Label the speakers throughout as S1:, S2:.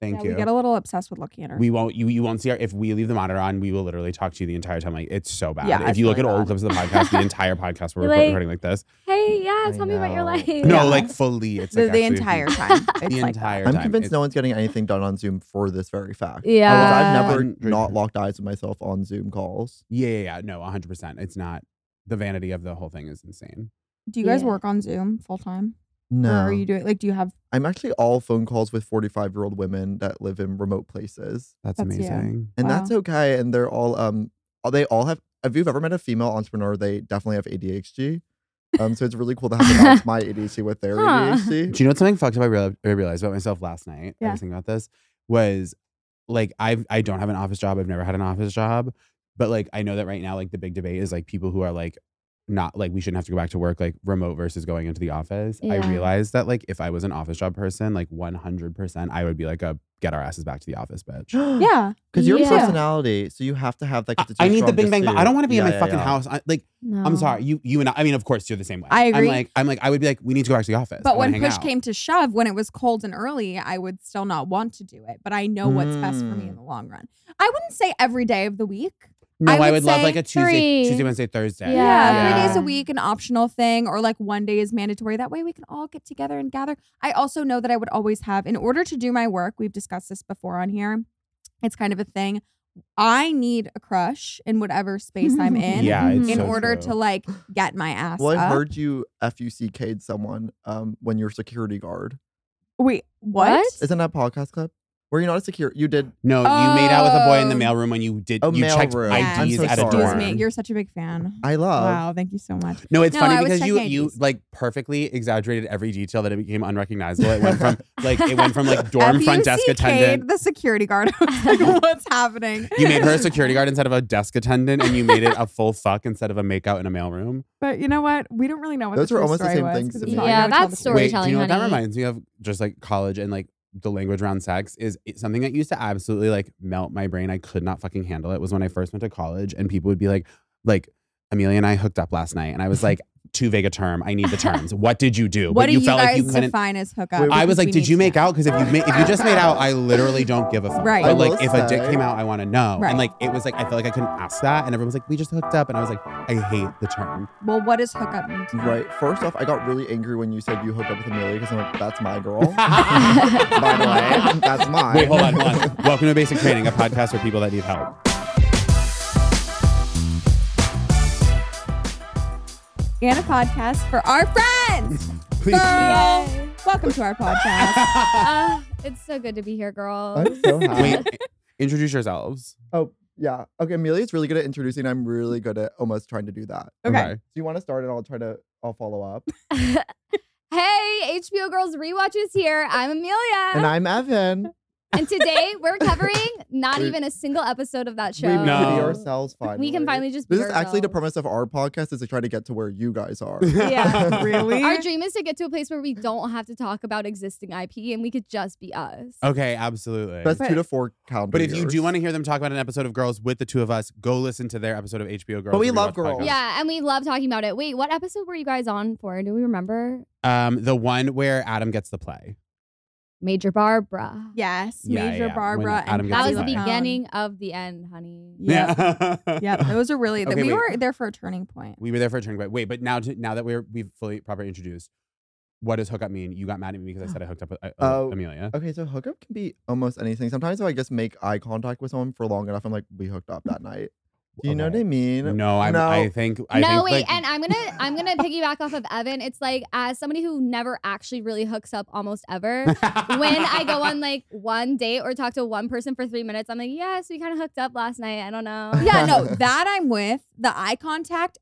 S1: Thank
S2: Yeah,
S1: you.
S2: We get a little obsessed with looking at her.
S1: We won't. You you won't see our. If we leave the monitor on, we will literally talk to you the entire time. Like it's so bad.
S2: Yeah,
S1: if
S2: it's
S1: you look
S2: really
S1: at old
S2: bad.
S1: clips of the podcast, the entire podcast we're
S3: You're like-
S1: recording like this.
S3: Hey, yeah,
S4: I
S3: tell me about your
S4: know.
S3: life.
S1: No,
S2: Yeah.
S1: like fully. It's
S2: the,
S1: like
S2: the
S1: actually-
S2: entire time. It's
S1: The
S2: like that.
S1: entire.
S4: I'm
S1: time.
S4: convinced
S1: It's-
S4: no one's getting anything done on Zoom for this very fact.
S3: Yeah.
S4: Because I've never
S1: Hundred
S4: not
S1: percent.
S4: locked eyes with myself on Zoom calls.
S1: Yeah, yeah, yeah. No, 100. percent It's not. The vanity of the whole thing is insane.
S2: Do you guys
S3: Yeah.
S2: work on Zoom full time?
S4: No.
S2: Or are you doing like? Do you have?
S4: I'm actually all phone calls with 45 year old women that live in remote places.
S1: That's,
S2: That's- yeah.
S1: amazing.
S4: And
S2: Wow.
S4: that's okay. And they're all, um, all- they all have, if you've ever met a female entrepreneur, they definitely have ADHD. Um, so it's really cool to have them bounce my ADHD with their
S3: Huh.
S4: ADHD.
S1: Do you know something fucked up? I, real- I realized about myself last night. I
S2: Yeah.
S1: was thinking about this. Was like I I don't have an office job. I've never had an office job, but like I know that right now, like the big debate is like people who are like not like we shouldn't have to go back to work like remote versus going into the office. I
S3: Yeah.
S1: realized that like if I was an office job person, like one hundred percent, I would be like a get our asses back to the office, bitch.
S2: Yeah.
S4: Because you're
S3: Yeah.
S4: a personality, so you have to have that.
S1: I,
S4: 'cause it's
S1: I
S4: your
S1: need the bing
S4: strongest
S1: bang. bang.
S4: suit.
S1: I don't want to be in
S4: Yeah,
S1: my
S4: yeah,
S1: fucking
S4: yeah.
S1: house. I, like I'm
S3: No.
S1: sorry, you you and I, I mean of course you're the same way.
S2: I
S1: I'm
S2: agree.
S1: like I'm like I would be like we need to go back to the office. I
S2: But
S1: wanna
S2: when
S1: hang
S2: push
S1: out.
S2: came to shove, when it was cold and early, I would still not want to do it. But I know what's best for me
S4: Mm.
S2: in the long run. I wouldn't say every day of the week.
S1: No,
S2: I
S1: I would,
S2: would
S1: love
S2: say
S1: like a Tuesday,
S3: three.
S1: Tuesday, Wednesday, Thursday.
S3: Yeah.
S2: Yeah,
S1: Yeah.
S2: three days a week, an optional thing, or like one day is mandatory. That way we can all get together and gather. I also know that I would always have, in order to do my work, we've discussed this before on here. It's kind of a thing. I need a crush in whatever space I'm in
S1: Yeah, it's
S2: in
S1: so
S2: order
S1: true.
S2: to like get my ass
S4: Well, I
S2: up.
S4: heard you fuck'd someone um, when you're a security guard.
S2: Wait, what?
S3: What?
S4: Isn't that a podcast clip? Were you not a secure? You did.
S1: No, you made out with a boy in the
S2: Oh.
S1: mailroom when you did
S4: Oh,
S1: you checked
S4: mailroom.
S2: Yeah.
S1: IDs
S4: I'm
S1: at
S4: so
S1: a
S4: sorry.
S2: Excuse
S1: dorm.
S2: me, you're such a big fan.
S4: I love.
S2: wow, thank you so much.
S1: no, it's
S2: No, I
S1: funny
S2: was
S1: because you
S2: checking
S1: you
S2: IDs.
S1: like perfectly exaggerated every detail that it became unrecognizable. It went from like it went from like dorm
S2: F
S1: front
S2: U
S1: desk
S2: C K'd
S1: attendant.
S2: the security guard. I was like, what's happening?
S1: You made her a security guard instead of a desk attendant, and you made it a full fuck instead of a makeout in a mailroom.
S2: But you know what? We don't really know what
S4: Those
S2: the
S4: are
S2: true
S4: almost the
S2: story
S4: same
S2: was,
S4: things
S2: 'cause
S4: to
S2: it's
S4: me.
S2: not
S3: Yeah,
S2: gonna tell
S3: that's
S2: the
S3: story.
S1: Wait, do you
S3: Storytelling,
S1: know what that
S3: honey.
S1: reminds me of? Just like college and like the language around sex is it's something that used to absolutely like melt my brain. I could not fucking handle it. Was when I first went to college and people would be like, like Amelia and I hooked up last night, and I was like, too vague a term. I need the terms. What did you do?
S2: What
S1: but
S2: do
S1: you
S2: you,
S1: felt
S2: guys
S1: like you couldn't.
S2: define as hookup?
S4: Wait,
S1: I
S2: Because
S1: was
S2: we
S1: like,
S2: need
S1: did you
S2: to
S1: make
S2: know.
S1: out? Because if you ma- if you just made out, I literally don't give a fuck.
S2: Right.
S1: But
S2: I
S1: like,
S4: will
S1: if a dick
S4: say-
S1: came out, I want to know.
S2: Right.
S1: And like, it was like I felt like I couldn't ask that, and everyone was like, we just hooked up, and I was like, I hate the term.
S2: Well, what does hookup mean? To you?
S4: Right. First off, I got really angry when you said you hooked up with Amelia because I'm like, that's my girl. By the way, that's mine.
S1: Wait, hold on, hold on. Welcome to Basic Training, a podcast for people that need help.
S2: And a podcast for our friends.
S1: Please.
S2: Girl, welcome to our podcast.
S3: Ah, it's so good to be here, girl.
S4: I'm so happy.
S1: Wait, introduce yourselves.
S4: Oh, yeah. Okay, Amelia's really good at introducing. I'm really good at almost trying to do that.
S2: Okay.
S4: Do you want to start and I'll try to, I'll follow up.
S3: hey, HBO Girls Rewatch is here. I'm Amelia.
S4: And I'm Evan.
S3: and today we're covering not
S4: We-
S3: even a single episode of that
S4: We
S3: show.
S4: can
S1: No.
S4: be ourselves finally.
S3: We can finally just be
S4: This is actually the
S3: ourselves.
S4: premise of our podcast is to try to get to where you guys are.
S3: Yeah.
S2: really?
S3: Our dream is to get to a place where we don't have to talk about existing IP and we could just be us.
S1: Okay, absolutely.
S4: That's
S2: But-
S4: two to four calendar
S1: but if you do
S4: years.
S1: want to hear them talk about an episode of Girls with the two of us, go listen to their episode of HBO Girls.
S4: But we
S1: the
S4: love
S1: Rewatch
S4: Girls.
S1: podcast.
S3: Yeah, and we love talking about it. Wait, what episode were you guys on for? Do we remember?
S1: Um, the one where Adam gets the play.
S3: Major Barbara.
S2: Yes,
S1: Yeah,
S2: Major
S1: yeah,
S2: Barbara
S1: when Adam
S2: and
S1: gets
S3: That
S1: Yes,
S3: was
S1: I
S3: the
S1: am.
S2: Pound.
S3: beginning of the end, honey.
S2: Yep.
S1: Yeah.
S2: Yep. Those are really.
S1: Okay,
S2: we
S1: wait.
S2: were there for a turning point.
S1: We were there for a turning point. Wait, but now to, now that we're we've fully proper introduced, what does hookup mean? You got mad at me because I said I hooked up with uh, uh,
S4: Oh.
S1: Amelia.
S4: Okay, so hookup can be almost anything. Sometimes if I just make eye contact with someone for long enough, I'm like, we hooked up that night. Do you know what
S1: Okay.
S4: I mean?
S1: No, I
S4: No.
S1: I think I
S3: no,
S1: think,
S3: wait,
S1: like-
S3: and I'm gonna I'm gonna piggyback off of Evan. It's like as somebody who never actually really hooks up almost ever. when I go on like one date or talk to one person for three minutes, I'm like, yes, we kind of hooked up last night. I don't know.
S2: Yeah, no, that I'm with. The eye contact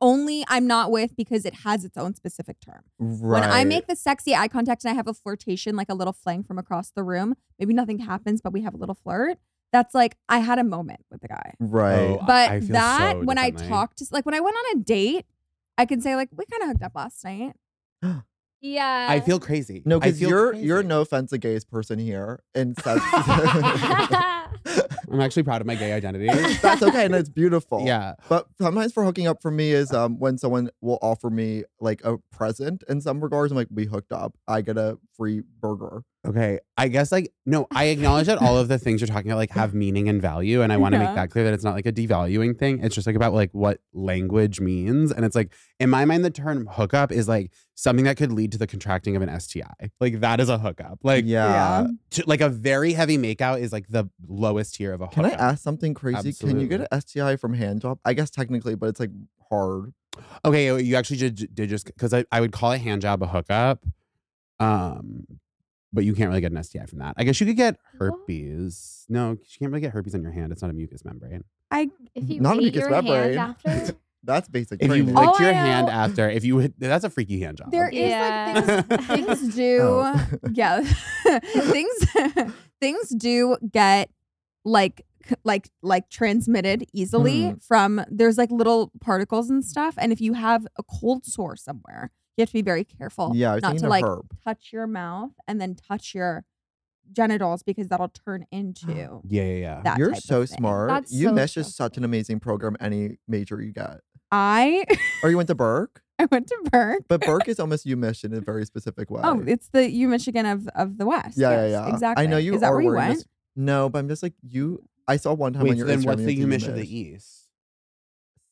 S2: only I'm not with because it has its own specific term.
S4: Right.
S2: When I make the sexy eye contact and I have a flirtation, like a little fling from across the room, maybe nothing happens, but we have a little flirt. That's like I had a moment with the guy.
S4: right.
S1: Oh, I-
S2: But
S1: I feel
S2: that
S1: so
S2: when I
S1: differently.
S2: talked to like when I went on a date, I can say like we kind of hooked up last night.
S3: Yeah.
S1: I feel crazy.
S4: No,
S1: I
S4: because
S1: feel
S4: you're
S1: crazy.
S4: you're no offense a gayest person here and says
S1: I'm actually proud of my gay identity.
S4: that's okay and it's beautiful.
S1: yeah.
S4: But sometimes for hooking up for me is um when someone will offer me like a present in some regards. I'm like, we hooked up. I get a free burger.
S1: Okay. I guess like no, I acknowledge that all of the things you're talking about like have meaning and value. And I want to
S4: Uh-huh.
S2: Yeah.
S1: make that clear that it's not like a devaluing thing. It's just like about like what language means. And it's like in my mind, the term hookup is like something that could lead to the contracting of an STI. Like that is a hookup. Like
S4: yeah.
S1: to, like a very heavy makeout is like the lowest tier of a hookup.
S4: Can I ask something crazy? Can you
S1: Absolutely.
S4: get an STI from hand job? I guess technically, but it's like hard.
S1: Okay, you actually did, did just because I, I would call a hand job a hookup, um, but you can't really get an STI from that. I guess you could get
S3: What?
S1: herpes. No, you can't really get herpes on your hand. It's not a mucus membrane.
S3: if you
S4: Not
S3: not
S4: if you
S3: ate
S4: kiss
S3: your
S4: my
S3: hand
S4: brain.
S3: after.
S4: That's basic.
S1: If you
S4: training.
S1: licked
S2: Oh,
S1: your
S2: I
S1: hand
S2: know.
S1: after, if you that's a freaky hand job.
S2: There is like things, things do
S4: Oh.
S2: yeah things things do get like like like transmitted easily
S4: Mhm.
S2: from there's like little particles and stuff and if you have a cold sore somewhere you have to be very careful
S4: yeah, I was
S2: not
S4: thinking
S2: to
S4: of
S2: like
S4: herb.
S2: touch your mouth and then touch your genitals because that'll turn into
S1: yeah, yeah, yeah.
S2: that
S4: You're
S2: type of
S4: so
S2: thing.
S4: smart.
S3: That's
S4: you
S3: so
S4: mesh is
S3: stressful.
S4: such an amazing program. Any major you get,
S2: i
S4: or you went to Burke,
S2: i went to burke
S4: but Burke is almost you mesh in a very specific way.
S2: oh it's the u michigan of of the west
S4: yeah,
S2: Yes,
S4: yeah, yeah.
S2: exactly
S4: I know you
S2: is that
S4: are
S2: where you
S4: wearing
S2: went
S4: This, no, but I'm just like you. I saw one time
S1: Wait,
S4: on
S1: so
S4: your
S1: then
S4: Instagram.
S1: what's the
S4: you had
S1: Umish of
S4: Umish.
S1: the E East?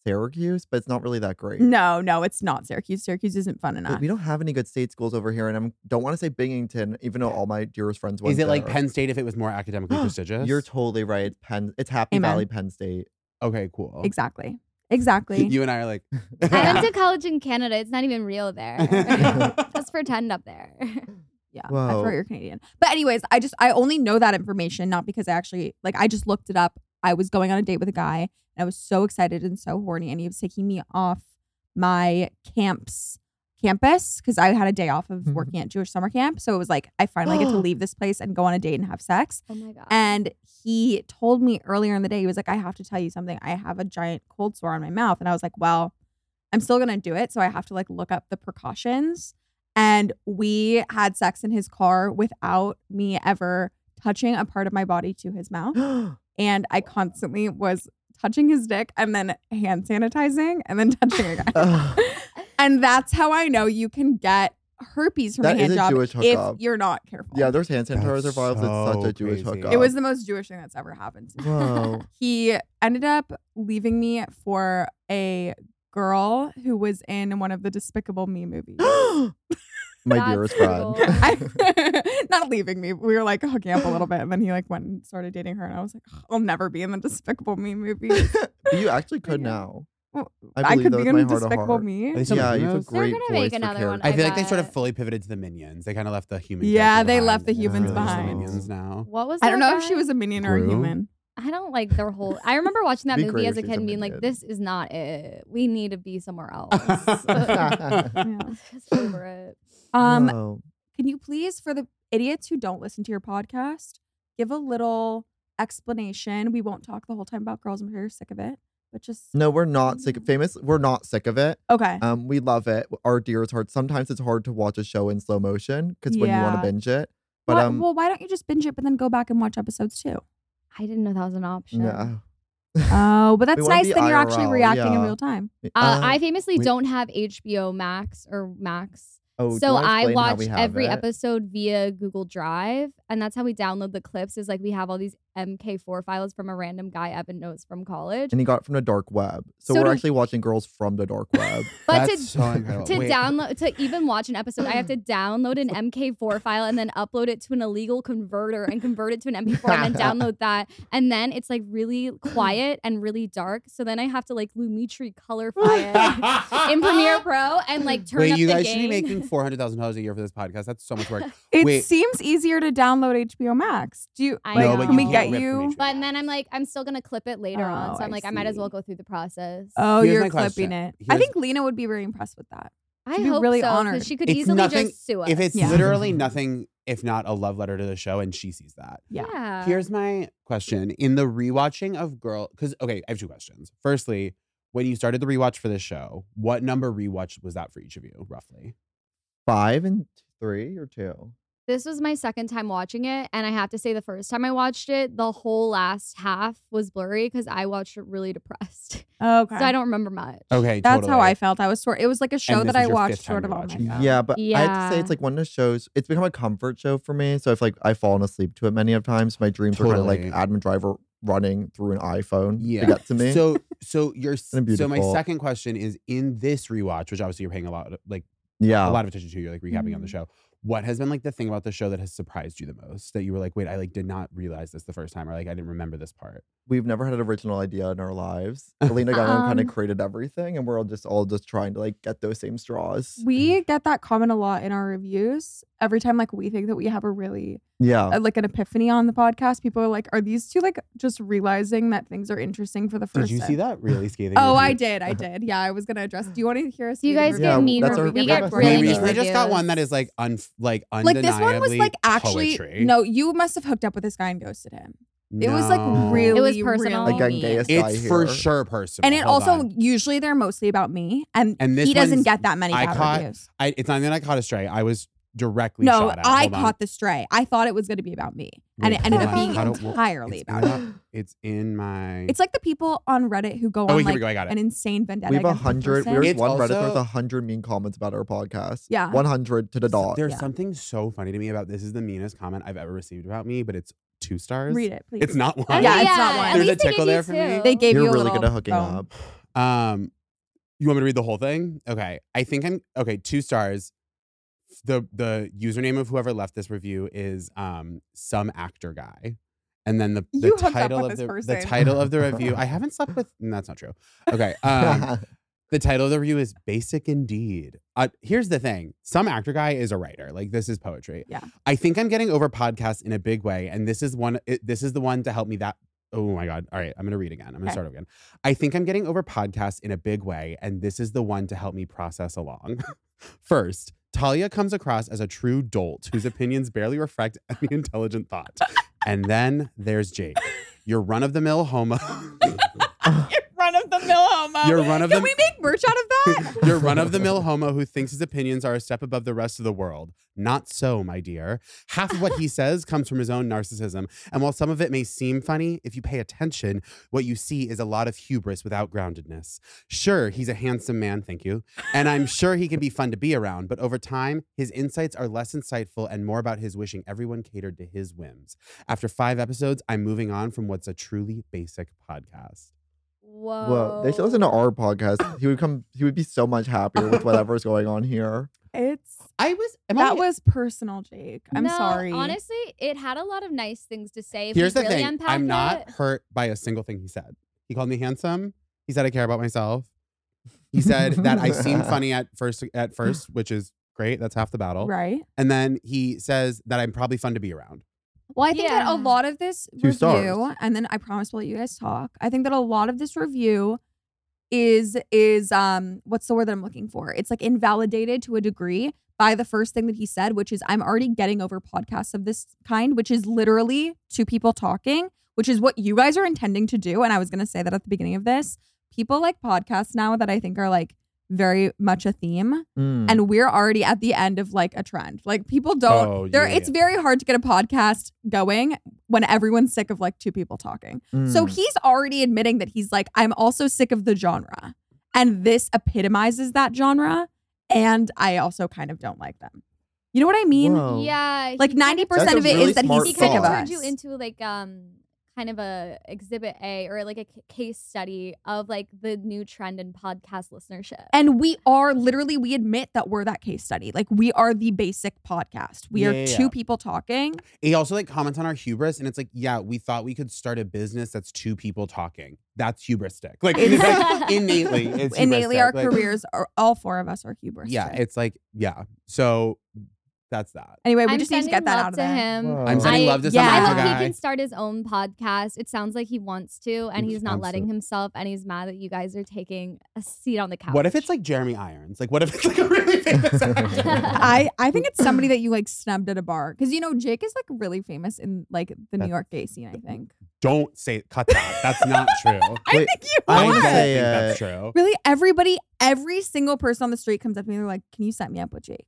S4: Syracuse, but it's not really that great.
S2: no no it's not syracuse syracuse isn't fun
S4: But
S1: Uh,
S2: enough
S4: we don't have any good state schools over here, and I don't want to say Binghamton, even though all my dearest friends went.
S1: Is it like
S4: there.
S1: Penn State if it was more academically prestigious?
S4: You're totally right. It's Penn. It's Happy
S2: Amen.
S4: Valley, Penn State.
S1: okay, cool. Oh,
S2: Exactly. Exactly.
S1: You and I are like.
S3: I went to college in Canada. It's not even real there. Just pretend up there.
S2: yeah. I
S4: Whoa.
S2: forgot you're Canadian. But anyways, I just I only know that information not because I actually like I just looked it up. I was going on a date with a guy and I was so excited and so horny and he was taking me off my camps campus because I had a day off of working at Jewish summer camp. So it was like I finally get to leave this place and go on a date and have sex.
S3: Oh my god.
S2: And he told me earlier in the day, he was like, I have to tell you something. I have a giant cold sore on my mouth. And I was like, well, I'm still going to do it. So I have to like look up the precautions. And we had sex in his car without me ever touching a part of my body to his mouth. And I constantly was touching his dick and then hand sanitizing and then touching again.
S4: Ugh.
S2: and that's how I know you can get herpes from
S4: That is
S2: a hand
S4: a
S2: job
S4: Jewish
S2: if
S4: hookup.
S2: you're not careful.
S4: yeah, there's hand sanitizer
S1: That's
S4: involved. it's such
S1: so
S4: a Jewish
S1: crazy.
S4: hookup.
S2: It was the most Jewish thing that's ever happened to me.
S4: Whoa.
S2: he ended up leaving me for a girl who was in one of the Despicable Me movies.
S4: My
S3: That's
S4: dearest friend.
S3: cool.
S2: I- not leaving me. We were like hooking up a little bit, and then he like went and started dating her, and I was like, "Ugh, I'll never be in the Despicable Me movie.
S4: but you actually could
S2: Yeah.
S4: now.
S2: Well,
S4: I
S2: I
S4: believe
S2: could
S4: that
S2: be
S4: with
S2: in
S4: my heart of
S2: Despicable
S4: heart.
S1: At
S2: Me.
S1: least I'm
S4: Yeah,
S1: doing
S4: you have a
S1: those.
S3: They're
S4: great
S3: gonna
S4: voice
S3: make
S4: for
S3: another one.
S4: character.
S1: I
S3: I
S1: feel like they
S3: got
S1: sort
S3: it.
S1: of fully pivoted to the minions. They kind of left the human.
S2: Yeah,
S1: character
S2: they
S1: behind.
S2: left the humans
S1: They're just the
S4: behind.
S1: minions now.
S3: what was
S2: I don't
S3: that
S2: know if she
S3: guy?
S2: was a minion or a
S1: Gru?
S2: human.
S3: I don't like their whole. I remember watching that
S4: Be
S3: movie
S4: great
S3: as
S4: if
S3: a
S4: she's
S3: kid
S4: a
S3: and being like,
S4: minion.
S3: "This is not it. We need to be somewhere else."
S2: Yeah.
S3: Just over it.
S2: Um,
S4: Whoa.
S2: Can you please, for the idiots who don't listen to your podcast, give a little explanation? We won't talk the whole time about girls. I'm sure you're sick of it, but just
S4: No, we're not sick.
S1: mm.
S4: Famous, we're not sick of it.
S2: okay.
S4: Um, we love it. Our dearest heart. Sometimes it's hard to watch a show in slow motion because when you want
S2: Yeah.
S4: to binge it. But
S2: Why-
S4: um,
S2: well, why don't you just binge it, but then go back and watch episodes too?
S3: I didn't know that was an option.
S4: no.
S2: Oh, but that's
S4: wanna
S2: nice.
S4: be
S2: Then you're actually
S4: IRL,
S2: reacting in
S4: yeah.
S2: real time.
S3: Uh,
S4: Uh,
S3: I famously
S4: we-
S3: don't have HBO Max or Max.
S4: oh, do you
S3: so
S4: wanna
S3: I
S4: explain how
S3: watch
S4: we have
S3: every
S4: it?
S3: episode via Google Drive, and that's how we download the clips. Is like we have all these MK4 files from a random guy Evan knows from college.
S4: and he got it from the dark web. So,
S3: So
S4: we're
S3: do-
S4: actually watching girls from the dark web.
S3: But
S1: That's
S3: to
S1: so incredible.
S3: to
S1: Wait.
S3: download to even watch an episode, I have to download an MK4 file and then upload it to an illegal converter and convert it to an MP4 and then download that. And then it's like really quiet and really dark. So then I have to like Lumitri colorify it in Premiere Pro and like turn
S1: Wait,
S3: up
S1: you
S3: the
S1: guys should
S3: gain.
S1: be making four hundred thousand dollars a year for this podcast. That's so much work.
S2: It
S1: Wait.
S2: seems easier to download download HBO Max. Do you?
S3: I
S2: like,
S3: know. No, but
S2: can
S3: you can't
S2: we get
S1: rip from
S2: you?
S1: HBO.
S3: But then I'm like, I'm still gonna clip it later on,
S2: Oh,
S3: so I'm
S2: I
S3: like, I might as
S2: see.
S3: well go through the process.
S2: Oh,
S1: Here's
S2: you're
S1: my
S2: clipping
S1: question.
S2: it. I
S1: Here's-
S2: think Lena would be very impressed with that.
S3: I
S2: She'd be
S3: hope
S2: really
S3: so, 'cause
S2: honored.
S3: she could
S1: It's
S3: easily
S1: nothing-
S3: just sue us.
S1: If it's
S2: Yeah.
S1: literally
S4: Mm-hmm.
S1: nothing, if not a love letter to the show, and she sees that.
S2: Yeah.
S3: yeah.
S1: Here's my question. In the rewatching of Girl, because, okay, I have two questions. Firstly, when you started the rewatch for this show, what number rewatch was that for each of you, roughly?
S4: Five and three or two.
S3: This was my second time watching it, and I have to say, the first time I watched it, the whole last half was blurry because I watched it really depressed,
S2: Okay.
S3: so I don't remember much.
S1: Okay,
S2: That's how
S1: totally.
S2: I felt. I was sort. It was like a show
S1: this
S2: that I
S1: is your
S2: watched,
S1: fifth time
S2: sort of on my
S1: rewatching
S2: own.
S1: Yeah.
S4: Yeah, but I have to
S3: Yeah.
S4: say it's like one of the shows. It's become a comfort show for me. So if like I fallen asleep to it many of times, my dreams are kind
S1: Totally.
S4: of like Adam Driver running through an iPhone
S1: Yeah.
S4: to get to me.
S1: So, so your so
S4: Isn't it
S1: my
S4: beautiful?
S1: second question is in this rewatch, which obviously you're paying a lot, of, like
S4: yeah,
S1: a lot of attention to, you're like recapping on the
S2: Mhm.
S1: show. What has been like the thing about the show that has surprised you the most that you were like, wait, I like did not realize this the first time, or like I didn't remember this part.
S4: we've never had an original idea in our lives. Elena Guyman kind
S3: Um,
S4: of created everything, and we're all just all just trying to like get those same straws.
S2: We get that comment a lot in our reviews. Every time, like we think that we have a really
S4: yeah,
S2: uh, like an epiphany on the podcast, people are like, "Are these two like just realizing that things are interesting for the first
S1: Did you
S2: time?"
S1: see that really scathing?
S2: Oh, I
S1: review?
S2: did. I did. Yeah, I was gonna address. Do you want to hear us?
S3: Do you
S2: reading
S3: guys
S2: reviews?
S4: Yeah,
S3: get mean
S4: that's
S3: reviews?
S4: our-
S3: We
S4: yeah,
S3: get
S4: that's our
S3: really
S1: We
S4: favorite
S3: mean
S1: recently
S4: reviews.
S1: just got one that is like un like
S2: Like this one was
S1: undeniably
S2: like actually
S1: poetry.
S2: no, you must have hooked up with this guy and ghosted him. It was
S1: No.
S2: like really,
S3: It was personal.
S4: like
S2: really
S4: I'm
S2: mean.
S4: gayest guy
S1: It's for
S4: here.
S1: sure personal.
S2: And it
S1: Hold
S2: also
S1: on.
S2: usually they're mostly about me, and,
S1: And this
S2: he doesn't
S1: one's-
S2: get that many
S1: I
S2: bad
S1: caught-
S2: reviews.
S1: I, it's not that I caught a stray. I was directly
S2: No,
S1: shot at.
S2: I
S1: Hold on.
S2: caught the stray. I thought it was going to be about me, and
S1: Wait,
S2: it ended
S1: hold on.
S2: up being
S1: How do- well,
S2: entirely
S1: it's
S2: about
S1: in
S2: me.
S1: my- It's in my.
S2: It's like the people on Reddit who go
S1: oh,
S2: on
S1: wait, here
S2: like
S1: we go. I got it.
S2: an insane vendetta.
S4: we have a
S2: against the
S4: hundred.
S2: person.
S4: There's
S1: It's
S4: one Reddit with
S1: also-
S4: a hundred mean comments about our podcast.
S2: Yeah.
S4: one hundred to the
S1: So-
S4: dot.
S1: There's
S2: Yeah.
S1: something so funny to me about this. Is the meanest comment I've ever received about me, but it's two stars.
S2: Read it, please.
S1: It's not one.
S3: Okay,
S2: Yeah, it's not one.
S3: at
S2: There's
S1: a
S3: least they gave
S1: tickle there
S3: you
S1: for me.
S3: two.
S2: They gave
S4: You're
S2: you a
S4: really
S2: little
S4: good at hooking
S2: bone.
S4: up.
S1: Um, you want me to read the whole thing? Okay. I think I'm okay. Two stars. The the username of whoever left this review is um some actor guy, and then the, the
S2: You hooked up
S1: title
S2: with
S1: of
S2: this
S1: the the
S2: person.
S1: title of the review. I haven't slept with. no, that's not true. Okay. Um, the title of the review is "Basic Indeed." Uh, here's the thing: some actor guy is a writer. Like this is poetry.
S2: Yeah.
S1: I think I'm getting over podcasts in a big way, and this is one. It, this is the one to help me. That. Oh my god! All right, I'm gonna read again. I'm gonna
S2: Okay.
S1: start again. I think I'm getting over podcasts in a big way, and this is the one to help me process along. First, Talia comes across as a true dolt whose opinions barely reflect any intelligent thought. And then there's Jake, your run-of-the-mill homo.
S2: Run of the mill homo.
S1: Your run of
S2: Can
S1: the-
S2: we make merch out of that?
S1: Your run of the mill homo who thinks his opinions are a step above the rest of the world. Not so, my dear. Half of what he says comes from his own narcissism. And while some of it may seem funny, if you pay attention, what you see is a lot of hubris without groundedness. Sure, he's a handsome man, thank you. And I'm sure he can be fun to be around, but over time, his insights are less insightful and more about his wishing everyone catered to his whims. After five episodes, I'm moving on from what's a truly basic podcast.
S3: Whoa.
S4: Well, they should listen to
S1: Oh.
S4: our podcast. He would come. He would be so much happier with whatever's going on here.
S2: It's
S1: I was am I-
S2: that was personal, Jake. I'm
S3: No,
S2: sorry.
S3: Honestly, it had a lot of nice things to say. If
S1: Here's
S3: we
S1: the
S3: really
S1: thing.
S3: unpack
S1: I'm not
S3: it-
S1: hurt by a single thing he said. He called me handsome. He said I care about myself. He said that I seem funny at first at first, which is great. That's half the battle.
S2: right?
S1: And then he says that I'm probably fun to be around.
S2: Well, I think that a
S3: Yeah.
S2: lot of this
S4: Two
S2: review,
S4: stars.
S2: and then I promise we'll let you guys talk. I think that a lot of this review is is um what's the word that I'm looking for? It's like invalidated to a degree by the first thing that he said, which is I'm already getting over podcasts of this kind, which is literally two people talking, which is what you guys are intending to do. And I was gonna say that at the beginning of this. People like podcasts now that I think are like very much a theme
S1: Hmm.
S4: Mm.
S2: and we're already at the end of like a trend. Like people don't.
S1: Oh,
S2: there,
S1: yeah,
S2: it's
S1: yeah.
S2: very hard to get a podcast going when everyone's sick of like two people talking. So
S1: Hmm.
S4: Mm.
S2: he's already admitting that he's like, I'm also sick of the genre, and this epitomizes that genre. And I also kind of don't like them. You know what I mean?
S4: Whoa.
S3: Yeah.
S2: Like
S3: he kind
S2: ninety
S3: of
S2: percent
S4: That's a
S2: of it is
S4: really
S2: that
S4: smart
S2: he's
S3: he
S2: sick
S3: kind
S2: of
S3: of
S2: us.
S3: turned you into like um kind of a exhibit A or like a c- case study of like the new trend in podcast listenership.
S2: and we are literally we admit that we're that case study. Like we are the basic podcast. We are
S1: Yeah, yeah,
S2: two
S1: yeah.
S2: people talking.
S1: He also like comments on our hubris and it's like, yeah, we thought we could start a business that's two people talking. That's hubristic. Like, it's like innately it's
S2: Innately,
S1: hubristic.
S2: our
S1: Like,
S2: careers are all four of us are hubris.
S1: Yeah, it's like, yeah. So that's that.
S2: Anyway, we
S3: I'm
S2: just need to
S3: sending
S2: get that
S3: love
S2: out of
S3: to
S2: there.
S3: him.
S4: Whoa.
S1: I'm sending
S3: I-
S1: love to
S2: yeah.
S1: some
S3: I
S2: That's
S3: hope
S1: other
S2: the
S1: guy.
S3: he can start his own podcast. It sounds like he wants to, and
S1: He
S3: he's not
S1: wants
S3: letting
S1: to.
S3: himself, and he's mad that you guys are taking a seat on the couch.
S1: What if it's like Jeremy Irons? Like, what if it's like a really famous actor?
S2: I, I think it's somebody that you like snubbed at a bar because you know Jake is like really famous in like the New
S1: That's-
S2: York gay scene. I think.
S1: Don't say cut that. That's not true.
S2: I
S4: Wait,
S2: think you
S1: I
S4: I
S1: don't
S4: would
S2: are.
S1: think
S4: say,
S1: that's true.
S4: Oh.
S2: Really, everybody, every single person on the street comes up to me. and They're like, "Can you set me up with Jake?"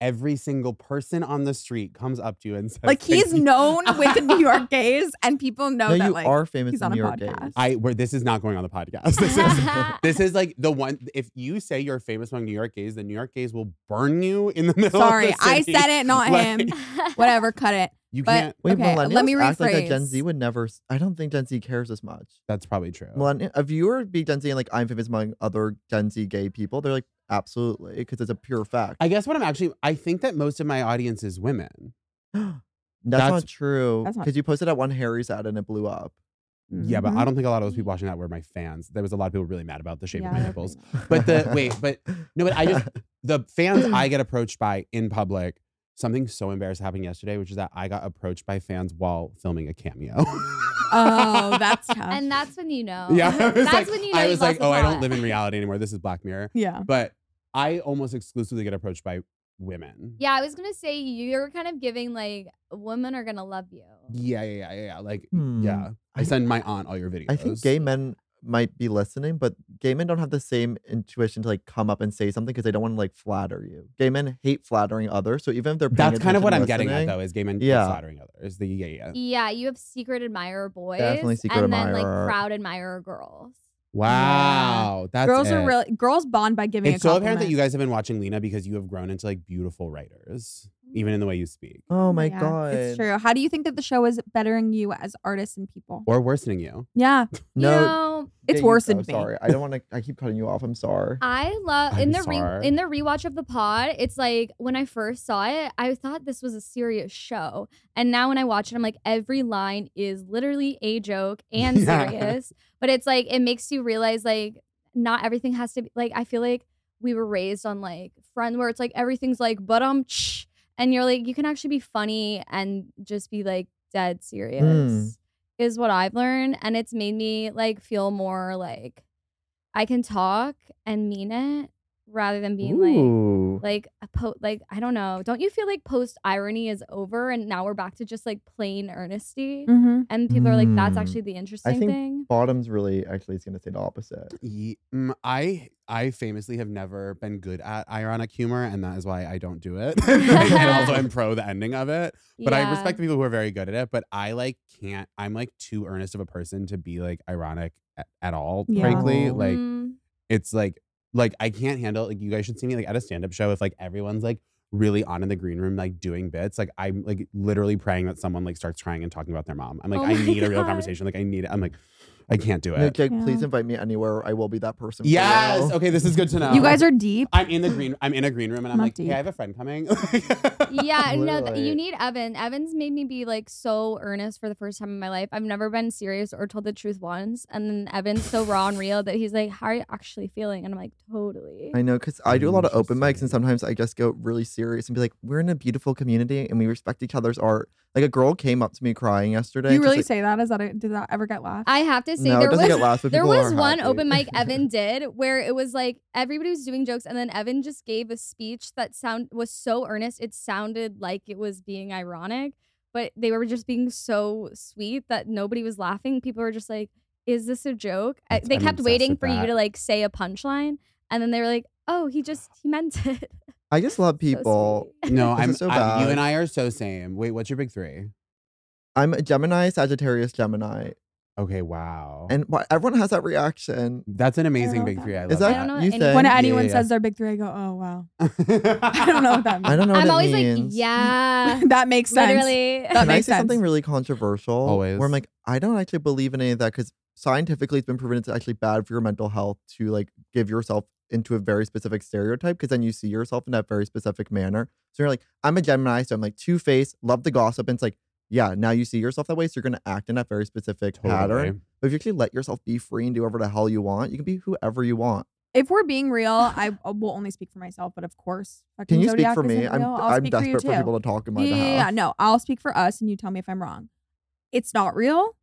S1: Every single person on the street comes up to you and says,
S2: Like
S1: "Thank
S2: he's
S1: you."
S2: known with the New York gays, and people know
S4: No,
S2: that
S4: you
S2: like
S4: are famous
S2: he's
S4: in
S2: on a
S4: New York
S2: podcast.
S4: gays.
S1: I where this is not going on the podcast. This is this is like the one. If you say you're famous among New York gays, the New York gays will burn you in the middle.
S2: Sorry,
S1: of the
S2: I
S1: city.
S2: said it, not
S1: Like,
S2: him. Whatever, cut it.
S1: You
S2: But-
S1: can't.
S4: Wait,
S2: Okay,
S4: millennials
S2: let me
S4: act like a Gen
S2: rephrase.
S4: Z would never. s- I don't think Gen Z cares as much.
S1: That's probably true.
S4: Millennial, if you were to be Gen Z and like I'm famous among other Gen Z gay people, they're like absolutely because it's a pure fact.
S1: I guess what I'm actually, I think that most of my audience is women.
S4: that's,
S1: That's-
S4: not true
S2: That's not-
S4: because you posted at one Harry's ad and it blew up.
S1: Yeah, but I
S2: Mhm.
S1: don't think a lot of those people watching that were my fans. There was a lot of people really mad about the shape
S2: Yeah,
S1: of my
S2: they're
S1: nipples.
S2: pretty much.
S1: But the wait, but no, but I just the fans I get approached by in public. Something so embarrassing happened yesterday, which is that I got approached by fans while filming a cameo.
S2: Oh, that's tough.
S3: and that's when you know.
S1: yeah. I was
S3: that's
S1: like,
S3: when you know.
S1: I
S3: you've
S1: was like,
S3: lost the
S1: oh, I don't
S3: plot."
S1: live in reality anymore. This is Black Mirror.
S2: yeah.
S1: But I almost exclusively get approached by women.
S3: Yeah, I was gonna say you're kind of giving like women are gonna love you.
S1: Yeah, yeah, yeah, yeah. yeah. Like,
S4: Hmm.
S1: yeah. I
S4: I-
S1: send my aunt all your videos.
S4: I think gay men might be listening, but gay men don't have the same intuition to like come up and say something because they don't want to like flatter you. Gay men hate flattering others, so even if they're paying
S1: That's kind of what I'm
S4: attention,
S1: getting at,
S4: listening,
S1: though, is gay men
S4: Yeah.
S1: flattering others. The yeah, yeah.
S3: Yeah, you have secret admirer boys,
S4: Definitely secret
S3: and then
S4: admirer.
S3: like proud admirer girls.
S1: Wow, that's
S2: girls
S1: it.
S2: are really girls bond by giving.
S1: It's
S2: a
S1: so apparent that
S2: compliment.
S1: you guys have been watching Lena because you have grown into like beautiful writers, even in the way you speak,
S4: Oh my
S2: Yeah,
S4: god,
S2: It's true. How do you think that the show is bettering you as artists and people?
S1: or worsening you.
S2: Yeah.
S4: No,
S3: You know,
S4: there
S2: it's
S4: you
S2: worse
S4: go.
S2: than me.
S4: Sorry, I don't want to. I keep cutting you off. I'm sorry.
S3: I love in
S1: I'm
S3: the
S1: sorry.
S3: re- in the rewatch of the pod. It's like when I first saw it, I thought this was a serious show, and now when I watch it, I'm like every line is literally a joke and
S1: Yeah.
S3: serious. But it's like it makes you realize like not everything has to be like. I feel like we were raised on like friend where it's like everything's like but um tsh, and you're like you can actually be funny and just be like dead serious
S1: Hmm.
S3: is what I've learned, and it's made me like feel more like I can talk and mean it rather than being
S4: Ooh.
S3: like like a po- like I don't know. Don't you feel like post irony is over and now we're back to just like plain earnesty?
S2: Mm-hmm.
S3: And people are like, that's
S4: Mm.
S3: actually the interesting
S4: think-
S3: thing.
S4: Bottoms really actually is gonna say the opposite.
S1: Ye- mm, I I famously have never been good at ironic humor, and that is why I don't do it. and also, I'm pro the ending of it, but I
S3: Yeah.
S1: respect the people who are very good at it. But I like can't. I'm like too earnest of a person to be like ironic at, at all.
S2: Yeah.
S1: Frankly,
S4: Oh.
S1: like
S3: Mm.
S1: it's like like I can't handle like you guys should see me like at a stand up show if like everyone's like really on in the green room like doing bits like I'm like literally praying that someone like starts crying and talking about their mom. I'm like
S3: Oh
S1: I
S3: my
S1: need a real
S3: God.
S1: conversation. Like I need it. I'm like I can't do
S4: No,
S1: it.
S4: Jake, please
S2: Yeah.
S4: invite me anywhere. I will be that person. for
S1: Yes.
S4: you.
S1: Okay, this is good to know.
S2: You guys are deep.
S1: I'm in the green. I'm in a green room and I'm
S2: Not
S1: like,
S2: deep.
S1: hey, I have a friend coming.
S3: yeah, no, th-
S4: Literally.
S3: you need Evan. Evan's made me be like so earnest for the first time in my life. I've never been serious or told the truth once. And then Evan's so raw and real that he's like, How are you actually feeling? And I'm like, Totally.
S4: I know because I
S2: Mm.
S4: do a lot of open mics,
S1: Interesting.
S4: and sometimes I just go really serious and be like, "We're in a beautiful community, and we respect each other's art." Like a girl came up to me crying yesterday.
S2: you
S4: just
S2: really
S4: like,
S2: say that? Is that a, did that ever get laughed?
S3: I have to say
S4: no, it
S3: there
S4: doesn't
S3: was
S4: get laughs, but
S3: there
S4: people are
S3: was one
S4: happy.
S3: open mic Evan did where it was like everybody was doing jokes and then Evan just gave a speech that sound was so earnest it sounded like it was being ironic, but they were just being so sweet that nobody was laughing. People were just like, "Is this a joke?" I-
S1: That's-
S3: they
S1: I'm
S3: kept
S1: obsessed
S3: waiting
S1: with
S3: for you
S1: that.
S3: to like say a punchline, and then they were like, "Oh, he just he meant it."
S4: I just love
S3: So
S4: people.
S3: sweet.
S1: no,
S4: This
S1: I'm,
S4: is so
S1: I'm- you
S4: bad.
S1: and I are so same. Wait, what's your big three?
S4: I'm a Gemini, Sagittarius, Gemini,
S1: Okay, wow.
S4: and why, everyone has that reaction.
S1: that's an amazing
S2: love
S1: big
S2: that.
S1: three. I love
S4: Is
S3: I
S4: that,
S3: don't know
S4: you
S3: any-
S4: think?
S2: when
S3: Yeah,
S2: anyone
S1: yeah.
S2: says their big three, I go, "Oh wow."
S1: I
S2: I don't know what that means.
S4: I don't know. What
S3: I'm
S4: it
S3: always like,
S4: means.
S3: "Yeah,
S2: that makes sense.
S3: literally."
S2: That
S4: Can I
S2: makes
S4: say something
S2: sense.
S4: really controversial?
S1: Always.
S4: Where I'm like, I don't actually believe in any of that because scientifically it's been proven it's actually bad for your mental health to like give yourself into a very specific stereotype because then you see yourself in that very specific manner. So you're like, I'm a Gemini, so I'm like two faced, love the gossip. And it's like, yeah, now you see yourself that way, so you're gonna act in that very specific
S1: Totally.
S4: pattern. But if you actually let yourself be free and do whatever the hell you want, you can be whoever you want.
S2: if we're being real, I I will only speak for myself, but of course, fucking
S4: Can you
S2: Zodiac
S4: speak for me?
S2: isn't
S4: I'm
S2: real. I'll
S4: I'm
S2: speak
S4: desperate
S2: for,
S4: for,
S2: you too.
S4: people to talk on my
S2: yeah, yeah, yeah,
S4: behalf.
S2: no, I'll speak for us, and you tell me if I'm wrong. It's not real,